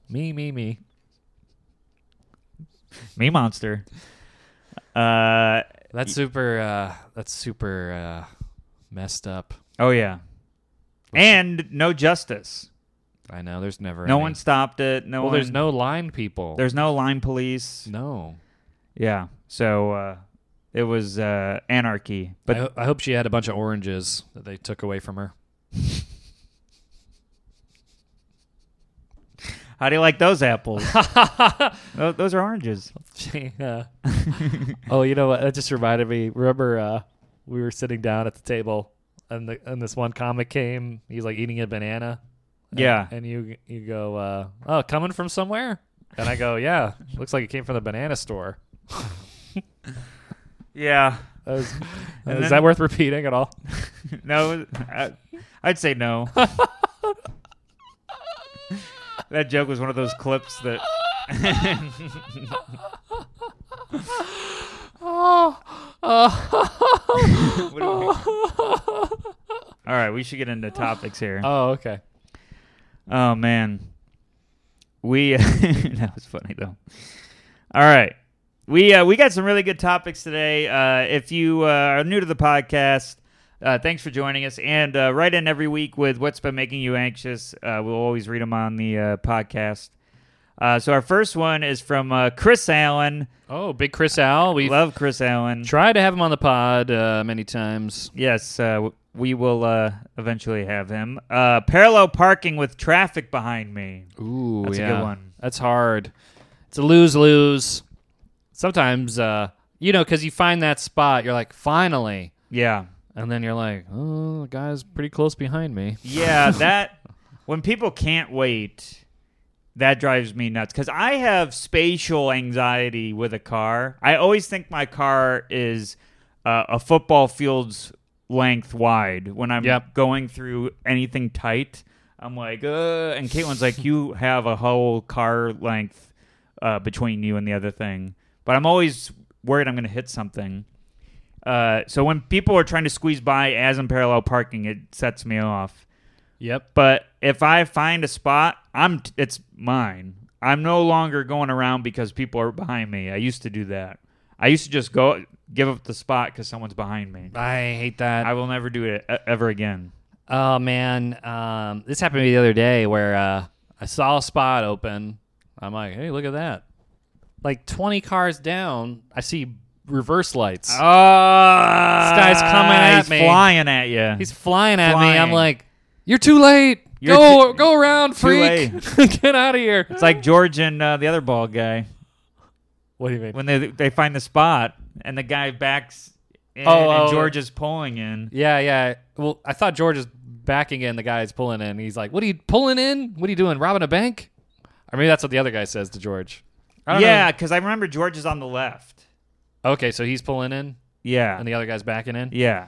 A: me, me, me.
B: Me monster. Uh,
A: That's super. Uh, that's super uh, messed up.
B: oh yeah, and no justice.
A: I know. There's never
B: No
A: any.
B: one stopped it. No
A: Well,
B: one.
A: there's no line people.
B: There's no line police.
A: no.
B: Yeah. So uh, it was uh, anarchy.
A: But
B: But
A: I, ho- I hope she had a bunch of oranges that they took away from her.
B: how do you like those apples? Tho- those are oranges.
A: She, uh, oh, you know what? That just reminded me. Remember, uh, we were sitting down at the table, and the, and this one comic came. He's like eating a banana. And-
B: Yeah.
A: and you you go, uh, oh, coming from somewhere. And I go, yeah, looks like it came from the banana store.
B: Yeah.
A: That was-
B: And
A: is
B: then-
A: that worth repeating at all?
B: No, I, I'd say no. that joke was one of those clips that.
A: Oh,
B: What do you think? All right, we should get into topics here.
A: Oh, okay.
B: Oh man, we that was funny though. All right, we uh, we got some really good topics today. Uh, if you uh, are new to the podcast, uh, thanks for joining us, and uh, write in every week with what's been making you anxious. Uh, we'll always read them on the uh, podcast. Uh, so our first one is from uh, Chris Allen.
A: Oh, big Chris Al. We
B: Love Chris Allen.
A: tried to have him on the pod uh, many times.
B: Yes, uh, w- we will uh, eventually have him. Uh, parallel parking with traffic behind me.
A: Ooh,
B: That's a
A: yeah.
B: good one.
A: That's hard. It's a lose lose. Sometimes, uh, you know, because you find that spot, you're like, finally.
B: Yeah.
A: And then you're like, oh, the guy's pretty close behind me.
B: Yeah, that when people can't wait, that drives me nuts cuz I have spatial anxiety with a car. I always think my car is uh, a football field's length wide when I'm
A: Yep.
B: going through anything tight. I'm like, uh, and Caitlin's like, you have a whole car length uh, between you and the other thing. But I'm always worried I'm going to hit something. Uh, so when people are trying to squeeze by as in parallel parking, it sets me off
A: Yep.
B: but if I find a spot, I'm it's mine. I'm no longer going around because people are behind me. I used to do that. I used to just go give up the spot because someone's behind me.
A: I hate that.
B: I will never do it e- ever again.
A: Oh man, um, this happened to me the other day where uh, I saw a spot open. I'm like, hey, look at that! Like 20 cars down, I see reverse lights.
B: Oh, this
A: guy's coming at
B: Ah, he's
A: me.
B: flying at you.
A: He's flying at me. I'm
B: Flying.
A: like, you're too late.
B: You're
A: go
B: too-
A: go around, freak. Get out of here.
B: it's like George and uh, the other bald guy
A: what do you mean?
B: when they they find the spot and the guy backs. In,
A: Oh,
B: and
A: oh.
B: George is pulling in.
A: yeah, yeah. Well, I thought George is backing in. The guy's pulling in. He's like, what are you pulling in? What are you doing? Robbing a bank? I mean, that's what the other guy says to George. I don't
B: Yeah, because I remember George is on the left.
A: know. Okay, so he's pulling in,
B: Yeah,
A: and the other guy's backing in.
B: yeah.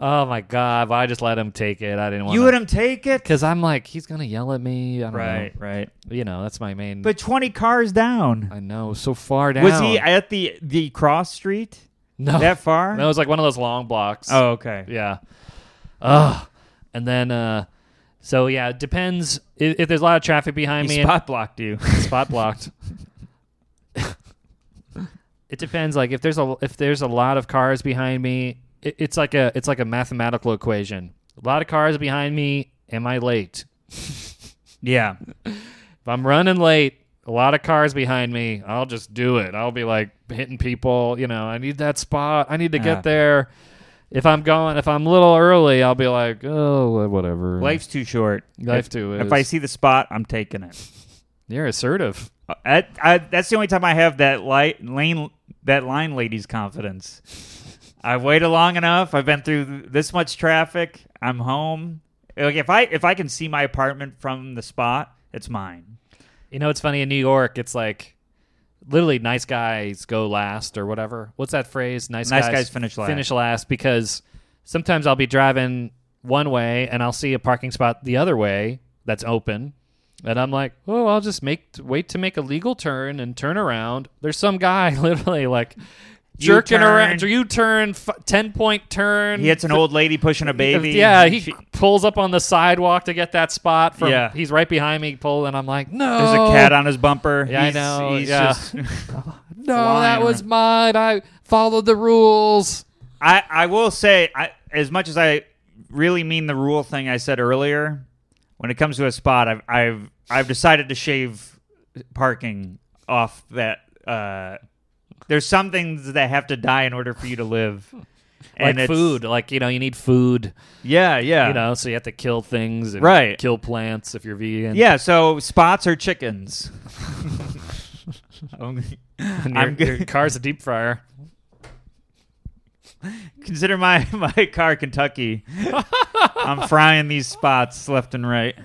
A: Oh my god! Well, I just let him take it. I didn't want
B: You let him take it?
A: because I'm like he's gonna yell at me. I don't
B: Right, right.
A: know. You know that's my main.
B: But 20 cars down.
A: I know so far down.
B: Was he at the the cross street?
A: no
B: That far?
A: No, it was like one of those long blocks.
B: Oh, okay.
A: yeah. Ugh. And then uh, so yeah, it depends if, if there's a lot of traffic behind
B: He
A: me.
B: spot blocked you.
A: and- spot blocked. it depends. Like if there's a if there's a lot of cars behind me, it, it's like a it's like a mathematical equation. A lot of cars behind me. Am I late?
B: yeah.
A: if I'm running late, a lot of cars behind me, I'll just do it. I'll be like hitting people, you know, I need that spot. I need to
B: Yeah.
A: get there. If I'm going, if I'm a little early, I'll be like, oh, whatever.
B: Life's too short.
A: Life
B: if,
A: too
B: If
A: is.
B: I see the spot, I'm taking it.
A: You're assertive.
B: Uh, I, I, that's the only time I have that light lane that line lady's confidence. I've waited long enough. I've been through th- this much traffic. I'm home. Like if I if I can see my apartment from the spot, it's mine.
A: You know, it's funny in New York, it's like literally nice guys go last or whatever. What's that phrase? Nice,
B: Nice guys finish last.
A: Finish last because sometimes I'll be driving one way and I'll see a parking spot the other way that's open. And I'm like, oh, I'll just make wait to make a legal turn and turn around. There's some guy literally like jerking around.
B: U-turn.
A: You turn f- ten point turn.
B: He hits an old lady pushing a baby.
A: Yeah, he
B: She-
A: pulls up on the sidewalk to get that spot. From
B: Yeah.
A: he's right behind me. Pull and I'm like, no,
B: there's a cat on his bumper.
A: Yeah, I
B: He's-
A: know.
B: he's
A: Yeah.
B: just-
A: No,
B: flying
A: that
B: around.
A: was mine. I followed the rules.
B: I, I will say, I, as much as I really mean the rule thing I said earlier, when it comes to a spot, I've I've I've decided to shave parking off that. Uh, there's some things that have to die in order for you to live,
A: Like
B: it's-
A: food, like you know, you need food,
B: Yeah, yeah,
A: you know, so you have to kill things, and
B: Right.
A: Kill plants if you're vegan.
B: yeah. So spots are chickens. I'm-
A: and your,
B: I'm good.
A: your car's a deep fryer.
B: Consider my my car Kentucky. I'm frying these spots left and right.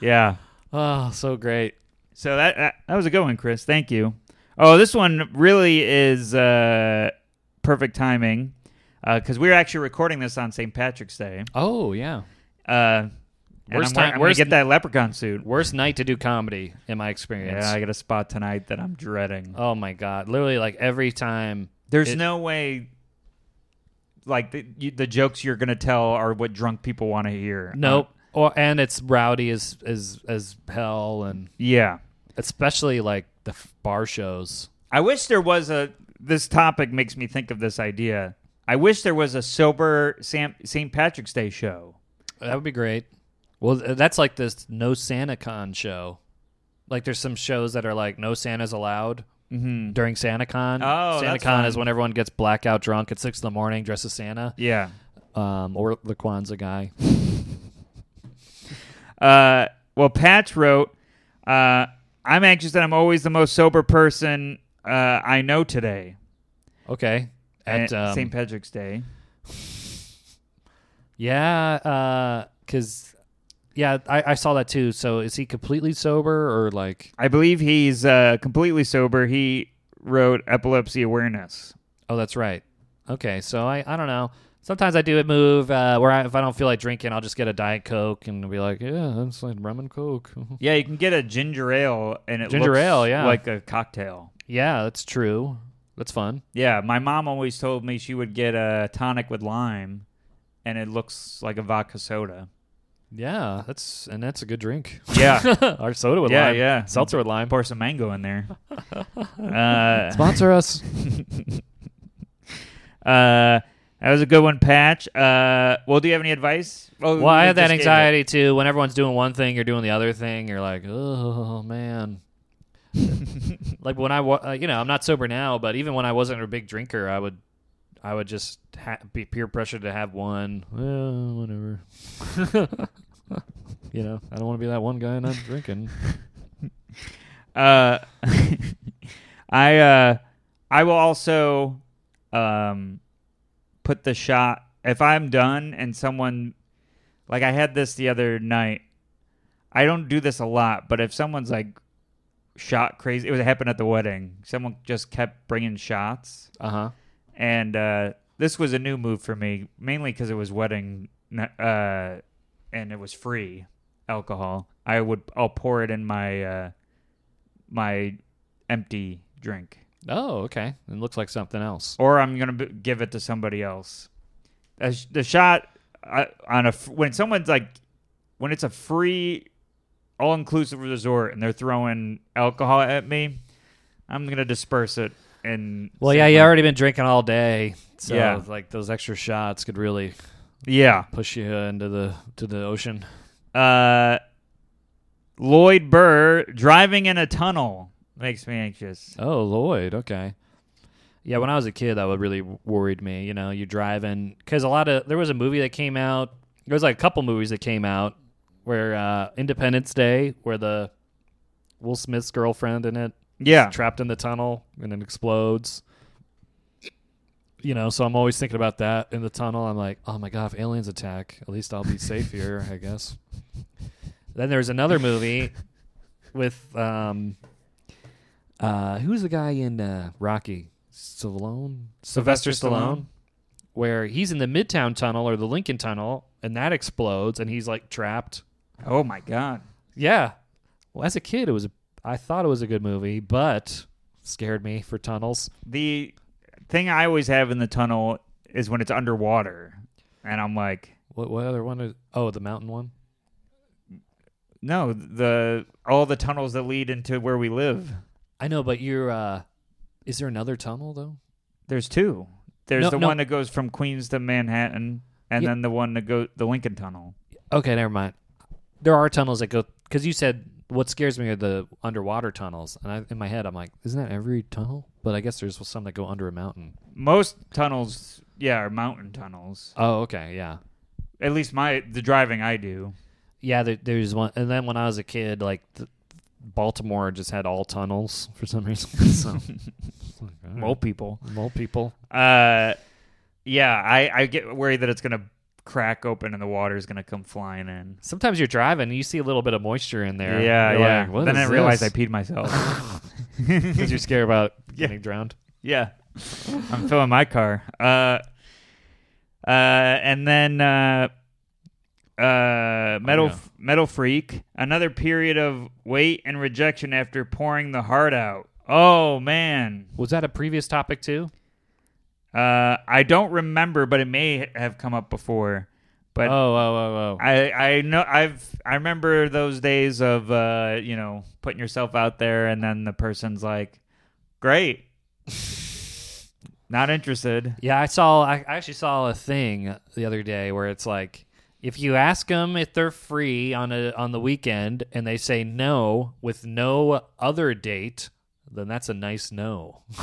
B: Yeah.
A: Oh, so great.
B: So that, that that was a good one, Chris. Thank you. Oh, this one really is uh, perfect timing because we are actually recording this on St. Patrick's Day.
A: Oh yeah,
B: Uh, and
A: Worst
B: I'm, wear-
A: time-
B: I'm
A: worst-
B: gonna get that leprechaun suit.
A: worst night to do comedy in my experience.
B: Yeah, I got a spot tonight that I'm dreading.
A: oh my god, literally like every time.
B: There's
A: It-
B: no way, like the, you, the jokes you're gonna tell are what drunk people want to hear.
A: Nope.
B: Uh,
A: Or and it's rowdy as as as hell, and
B: yeah.
A: especially like the f- bar shows.
B: I wish there was a. This topic makes me think of this idea. I wish there was a sober Sam, St. Patrick's Day show.
A: That would be great. Well, th- that's like this no Santa Con show. Like there's some shows that are like no Santa's allowed during Santa Con.
B: Mm-hmm. Oh,
A: Santa
B: that's
A: Con
B: fun.
A: is when everyone gets blackout drunk at six in the morning, dressed as Santa,
B: Yeah.
A: um, or the Kwanzaa guy.
B: Uh, well, Patch wrote, uh, "I'm anxious that I'm always the most sober person uh, I know today
A: Okay,
B: Eh,
A: at um,
B: St. Patrick's Day."
A: yeah, because yeah, I, I saw that too. So is he completely sober or like?
B: I believe he's uh, completely sober. He wrote epilepsy awareness.
A: Oh, that's right. Okay, so I, I don't know. Sometimes I do a move uh, where I, if I don't feel like drinking, I'll just get a diet coke and be like, yeah, that's like rum and coke.
B: Yeah, you can get a ginger ale, and it
A: Ginger
B: looks
A: ale, yeah.
B: like a cocktail.
A: yeah, that's true. That's fun.
B: Yeah, my mom always told me she would get a tonic with lime, and it looks like a vodka soda.
A: Yeah, that's and that's a good drink.
B: Yeah,
A: Our soda with
B: Yeah,
A: lime.
B: yeah.
A: Seltzer with lime.
B: pour some mango in there. Uh,
A: Sponsor us.
B: Uh, that was a good one, Patch. Uh, well, do you have any advice?
A: Well, I had that anxiety too. When everyone's doing one thing, you're doing the other thing. You're like, oh man. like when I, wa- uh, you know, I'm not sober now, but even when I wasn't a big drinker, I would, I would just ha- be peer pressured to have one. Well, whatever. you know, I don't want to be that one guy not drinking.
B: Uh, I uh, I will also um, put the shot if I'm done and someone like I had this the other night. I don't do this a lot, but if someone's like shot crazy,
A: Uh-huh.
B: it was happened at the wedding. Someone just kept bringing shots.
A: Uh huh.
B: and uh, this was a new move for me, mainly because it was wedding, uh, and it was free alcohol. I would I'll pour it in my uh, my empty drink,
A: Oh, okay. It looks like something else.
B: or I'm gonna b- give it to somebody else. A sh- the shot uh, on a f- when someone's like when it's a free all inclusive resort and they're throwing alcohol at me, I'm gonna disperse it. And
A: Well, yeah, you already been drinking all day, so
B: Yeah.
A: like those extra shots could really
B: yeah.
A: push you into the to the ocean.
B: Uh, Lloyd Burr driving in a tunnel makes me anxious.
A: Oh, Lloyd. Okay. Yeah, when I was a kid, that would really worried me. You know, you driving because a lot of there was a movie that came out. There was like a couple movies that came out where uh, Independence Day, where the Will Smith's girlfriend in it
B: Yeah,
A: trapped in the tunnel and it explodes. You know, so I'm always thinking about that in the tunnel. I'm like, oh my god, if aliens attack, at least I'll be safe here, I guess. Then there's another movie with um, uh, who's the guy in uh, Rocky? Stallone, Sylvester Stallone, where he's in the Midtown Tunnel or the Lincoln Tunnel, and that explodes, and he's like trapped.
B: Oh my god.
A: Yeah. Well, as a kid, it was. I thought it was a good movie, but scared me for tunnels.
B: The thing I always have in the tunnel is when it's underwater, and I'm like,
A: What, what other one? Is, oh, the mountain one.
B: no, the all the tunnels that lead into where we live.
A: I know, but you're. uh Is there another tunnel though?
B: There's two. There's
A: No,
B: the
A: no.
B: one that goes from Queens to Manhattan, and
A: Yeah.
B: then the one that go the Lincoln Tunnel.
A: Okay, never mind. There are tunnels that go because you said what scares me are the underwater tunnels, and I, in my head I'm like, isn't that every tunnel? But I guess there's some that go under a mountain.
B: Most tunnels, yeah, are mountain tunnels.
A: Oh, okay, yeah.
B: At least my the driving I do.
A: Yeah, there, there's one. And then when I was a kid, like th- Baltimore just had all tunnels for some reason. so,
B: Well, people.
A: mole people.
B: Uh, yeah, I, I get worried that it's gonna crack open and the water is gonna come flying in.
A: Sometimes you're driving and you see a little bit of moisture in there.
B: Yeah,
A: You're
B: yeah.
A: like, what
B: then
A: is
B: I realized I
A: this?
B: peed myself.
A: 'Cause you're scared about
B: Yeah.
A: getting drowned.
B: yeah, I'm filling my car. Uh, uh, and then uh, uh, metal
A: Oh, yeah.
B: metal freak. Another period of weight and rejection after pouring the heart out. Oh man.
A: Was that a previous topic too?
B: Uh, I don't remember, but it may have come up before. But
A: oh, oh, oh, oh.
B: I I know I've I remember those days of uh, you know putting yourself out there and then the person's like, great, not interested.
A: yeah, I saw. I I actually saw a thing the other day where it's like, if you ask them if they're free on a on the weekend and they say no with no other date, then that's a nice no.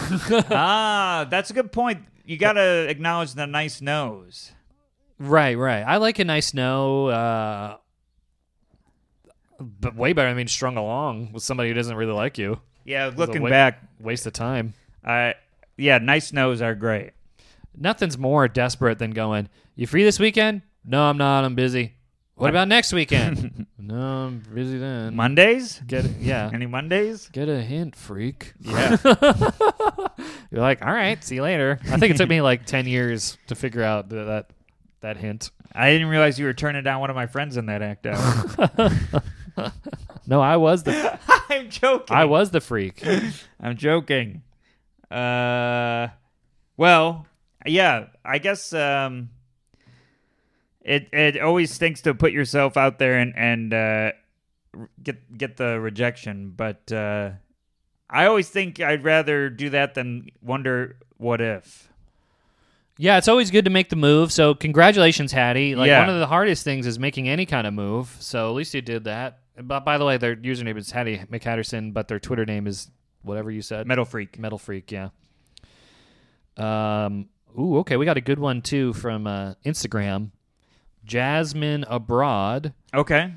B: ah, that's a good point. You gotta acknowledge the nice nose.
A: Right, right. I like a nice no, uh, but way better. I mean, strung along with somebody who doesn't really like you.
B: Yeah, looking
A: wa-
B: back,
A: Waste of time.
B: I yeah, nice nose are great.
A: Nothing's more desperate than going, You free this weekend? No, I'm not. I'm busy. What about next weekend? no, I'm busy then.
B: Mondays,
A: Get yeah.
B: any Mondays?
A: Get a hint, freak.
B: Yeah,
A: You're like, all right, see you later. I think it took me like ten years to figure out th- that that hint.
B: I didn't realize you were turning down one of my friends in that act out.
A: No, I was the
B: I'm joking.
A: I was the freak.
B: I'm joking. Uh, well, yeah, I guess um, it it always stinks to put yourself out there and and uh, r- get get the rejection, but uh, I always think I'd rather do that than wonder what if.
A: Yeah, it's always good to make the move. So congratulations, Hattie. Like
B: Yeah.
A: one of the hardest things is making any kind of move. So at least you did that. But by the way, their username is Hattie McHatterson, but their Twitter name is whatever you said.
B: Metal freak.
A: Metal Freak, yeah. Um ooh, okay, we got a good one too from uh, Instagram. Jasmine Abroad.
B: Okay.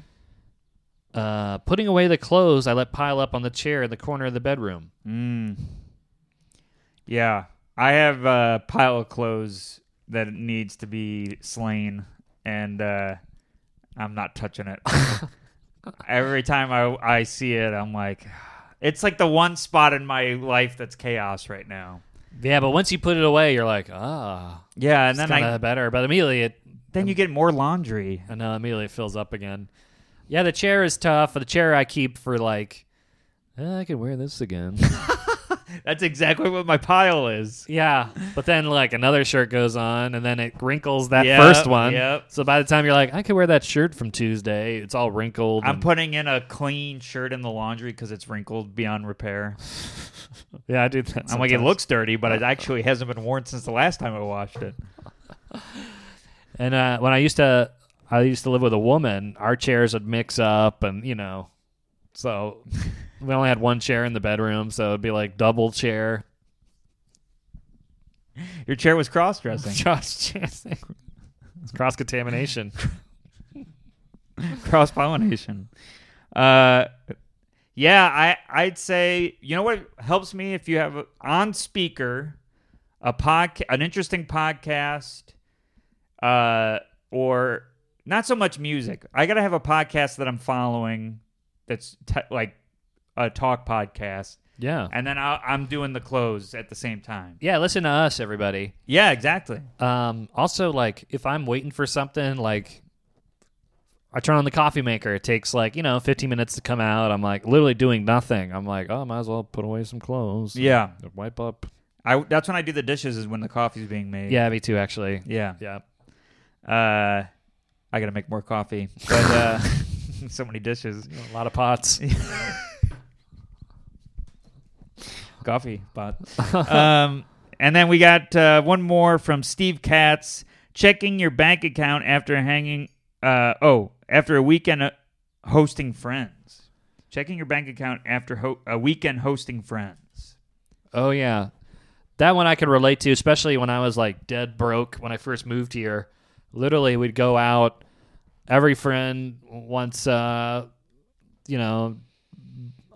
A: Uh, putting away the clothes I let pile up on the chair in the corner of the bedroom.
B: Mm. Yeah, I have a pile of clothes that needs to be slain, and uh, I'm not touching it. Every time I I see it, I'm like, it's like the one spot in my life that's chaos right now.
A: Yeah, but once you put it away, you're like, ah,
B: Yeah, and
A: it's
B: then
A: kind
B: I
A: of better. But immediately it,
B: then you get more laundry.
A: I know, uh, immediately it fills up again. Yeah, the chair is tough. The chair I keep for like, eh, I could wear this again.
B: That's exactly what my pile is.
A: yeah, but then like another shirt goes on, and then it wrinkles that
B: Yep,
A: first one.
B: yep.
A: So by the time you're like, I could wear that shirt from Tuesday. It's all wrinkled.
B: I'm
A: and-
B: putting in a clean shirt in the laundry because it's wrinkled beyond repair.
A: yeah, I do that.
B: I'm like, it
A: sometimes.
B: looks dirty, but it actually hasn't been worn since the last time I washed it.
A: And uh, when I used to, I used to live with a woman. Our chairs would mix up, and you know, so we only had one chair in the bedroom, so it'd be like double chair,
B: Your chair was cross dressing,
A: cross chair. Cross contamination.
B: cross pollination. Uh, yeah, I I'd say you know what helps me if you have a, on speaker a podcast, an interesting podcast, uh, or not so much music. I gotta have a podcast that I'm following that's t- like a talk podcast,
A: Yeah.
B: and then i I'm doing the clothes at the same time.
A: Yeah, listen to us, everybody.
B: Yeah, exactly.
A: Um, also, like, if I'm waiting for something, like, I turn on the coffee maker. It takes, like, you know, 15 minutes to come out. I'm, like, literally doing nothing. I'm like, oh, might as well put away some clothes.
B: Yeah,
A: Wipe up.
B: I that's when I do the dishes is when the coffee's being made.
A: Yeah, me too, actually.
B: yeah.
A: Yeah.
B: Uh, I gotta make more coffee, but uh, so many dishes.
A: A lot of pots.
B: Coffee, but um, and then we got uh, one more from Steve Katz checking your bank account after hanging. Uh, oh, after a weekend uh, hosting friends, checking your bank account after ho- a weekend hosting friends.
A: Oh yeah, that one I can relate to, especially when I was like dead broke when I first moved here. Literally, we'd go out. Every friend wants, uh, you know,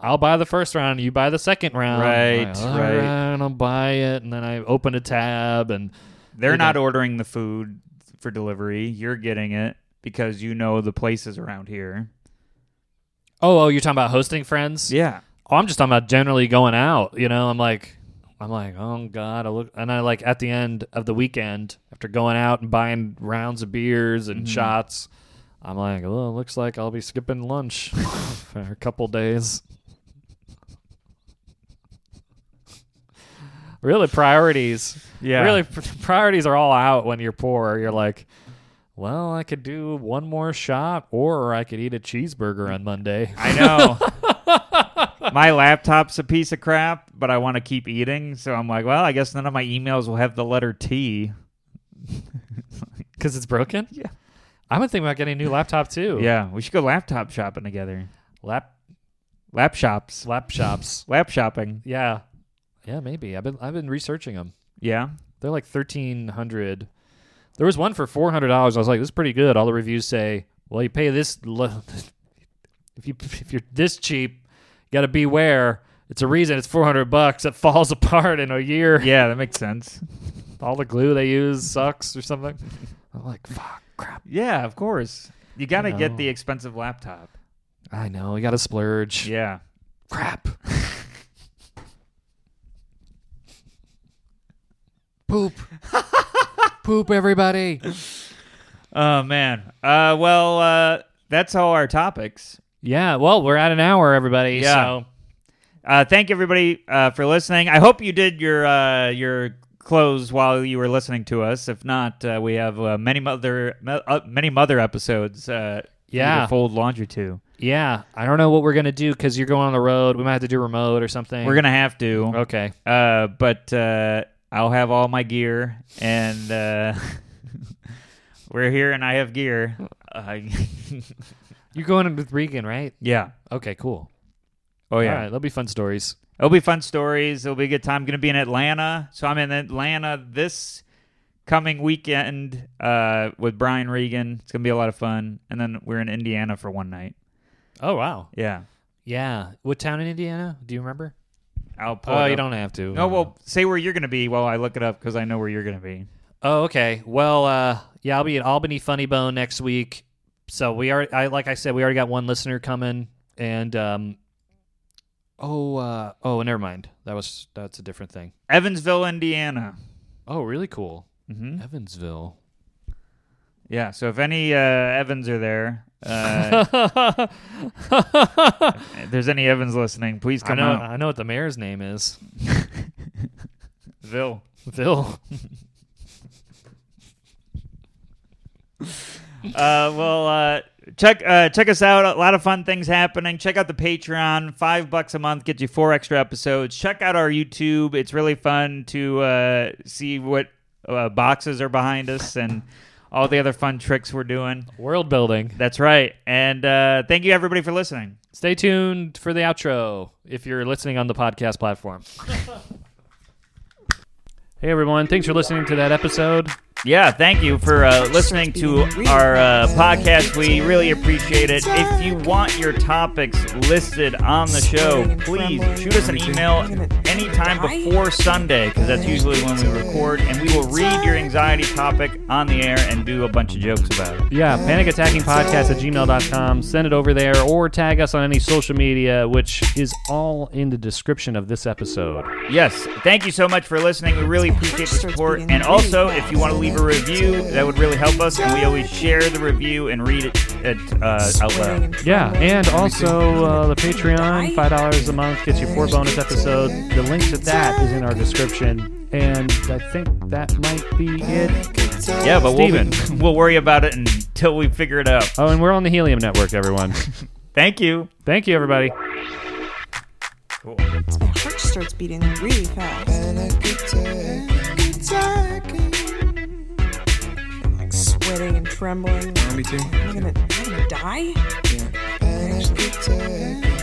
A: I'll buy the first round, you buy the second round.
B: Right,
A: Like, "All
B: right.
A: right, I'll buy it, and then I open a tab, and
B: They're
A: You
B: not
A: don't-
B: ordering the food for delivery. You're getting it because you know the places around here.
A: oh, oh, you're talking about hosting friends?
B: Yeah.
A: Oh, I'm just talking about generally going out. You know, I'm like, I'm like, oh god, I look, and I like at the end of the weekend after going out and buying rounds of beers and shots, I'm like, oh, looks like I'll be skipping lunch for a couple days. really, priorities.
B: Yeah.
A: Really, pr- priorities are all out when you're poor. You're like. Well, I could do one more shot, or I could eat a cheeseburger on Monday.
B: I know. my laptop's a piece of crap, but I want to keep eating. So I'm like, well, I guess none of my emails will have the letter T.
A: Because it's broken?
B: Yeah.
A: I've been thinking about getting a new laptop too.
B: Yeah, we should go laptop shopping together.
A: Lap
B: Lap shops.
A: lap shops.
B: Lap shopping.
A: yeah. Yeah, maybe. I've been I've been researching them.
B: Yeah.
A: They're like 1300. There was one for $400. I was like, this is pretty good. All the reviews say, well, you pay this lo- if you if you're this cheap, you got to beware. It's a reason it's 400 bucks. It falls apart in a year.
B: Yeah, that makes sense.
A: All the glue they use sucks or something. I'm like, fuck, crap.
B: Yeah, of course. You got to
A: I
B: get
A: know.
B: the expensive laptop.
A: I know. You got to splurge.
B: Yeah.
A: crap. Poop. Poop, everybody.
B: Oh, man. Uh, well, uh, that's all our topics.
A: Yeah, well, we're at an hour, everybody.
B: Yeah.
A: So
B: Uh, thank everybody uh, for listening. I hope you did your uh, your clothes while you were listening to us. If not, uh, we have uh, many mother mo- uh, many mother episodes. Uh, for you to
A: Yeah.
B: fold laundry to.
A: yeah, I don't know what we're gonna do because you're going on the road. We might have to do remote or something.
B: We're gonna have to.
A: okay.
B: Uh, but uh, I'll have all my gear, and uh, we're here, and I have gear. Uh,
A: You're going in with Regan, right?
B: yeah.
A: Okay, cool.
B: Oh yeah.
A: All right, that'll be fun stories.
B: It'll be fun stories. It'll be a good time. going to be in Atlanta. So I'm in Atlanta this coming weekend uh, with Brian Regan. It's going to be a lot of fun. And then we're in Indiana for one night.
A: Oh wow.
B: Yeah.
A: Yeah. What town in Indiana? Do you remember?
B: I'll pull.
A: Oh,
B: it
A: you
B: up.
A: don't have to.
B: No, well, say where you're going to be while I look it up because I know where you're going to be.
A: Oh, okay. Well, uh, yeah, I'll be at Albany Funny Bone next week. So we are. I like I said, we already got one listener coming, and um, Oh, uh, oh, never mind. That was that's a different thing.
B: Evansville, Indiana.
A: Oh, really cool.
B: hmm
A: Evansville.
B: Yeah. So if any uh, Evans are there, uh, if there's any Evans listening, please
A: I
B: come
A: know.
B: out.
A: I know what the mayor's name is.
B: Ville.
A: Phil.
B: uh, well, uh, check uh, check us out. A lot of fun things happening. Check out the Patreon. Five bucks a month gets you four extra episodes. Check out our YouTube. It's really fun to uh, see what uh, boxes are behind us and all the other fun tricks we're doing.
A: World building.
B: That's right. And uh, thank you everybody for listening.
A: Stay tuned for the outro if you're listening on the podcast platform. hey everyone, thanks for listening to that episode.
B: Yeah, thank you for uh, listening to our uh, podcast. We really appreciate it. If you want your topics listed on the show, please shoot us an email anytime before Sunday, because that's usually when we record, and we will read your anxiety topic on the air and do a bunch of jokes about it.
A: Yeah, panicattackingpodcast at gmail.com. Send it over there or tag us on any social media, which is all in the description of this episode.
B: Yes, thank you so much for listening. We really appreciate the support. And also, if you want to leave a review, that would really help us, and we always share the review and read it, it uh, out loud.
A: Yeah, and also uh, the Patreon, five dollars a month gets you four bonus episodes. The link to that is in our description, and I think that might be it.
B: Yeah, but we'll,
A: Steven.
B: we'll worry about it until we figure it out.
A: Oh, and we're on the Helium Network, everyone.
B: Thank you.
A: Thank you, everybody.
C: My heart starts beating really fast.
D: Panic attacking.
C: I'm like sweating and trembling.
E: Me too.
C: Am I gonna, am I gonna die?
D: Panic attacking.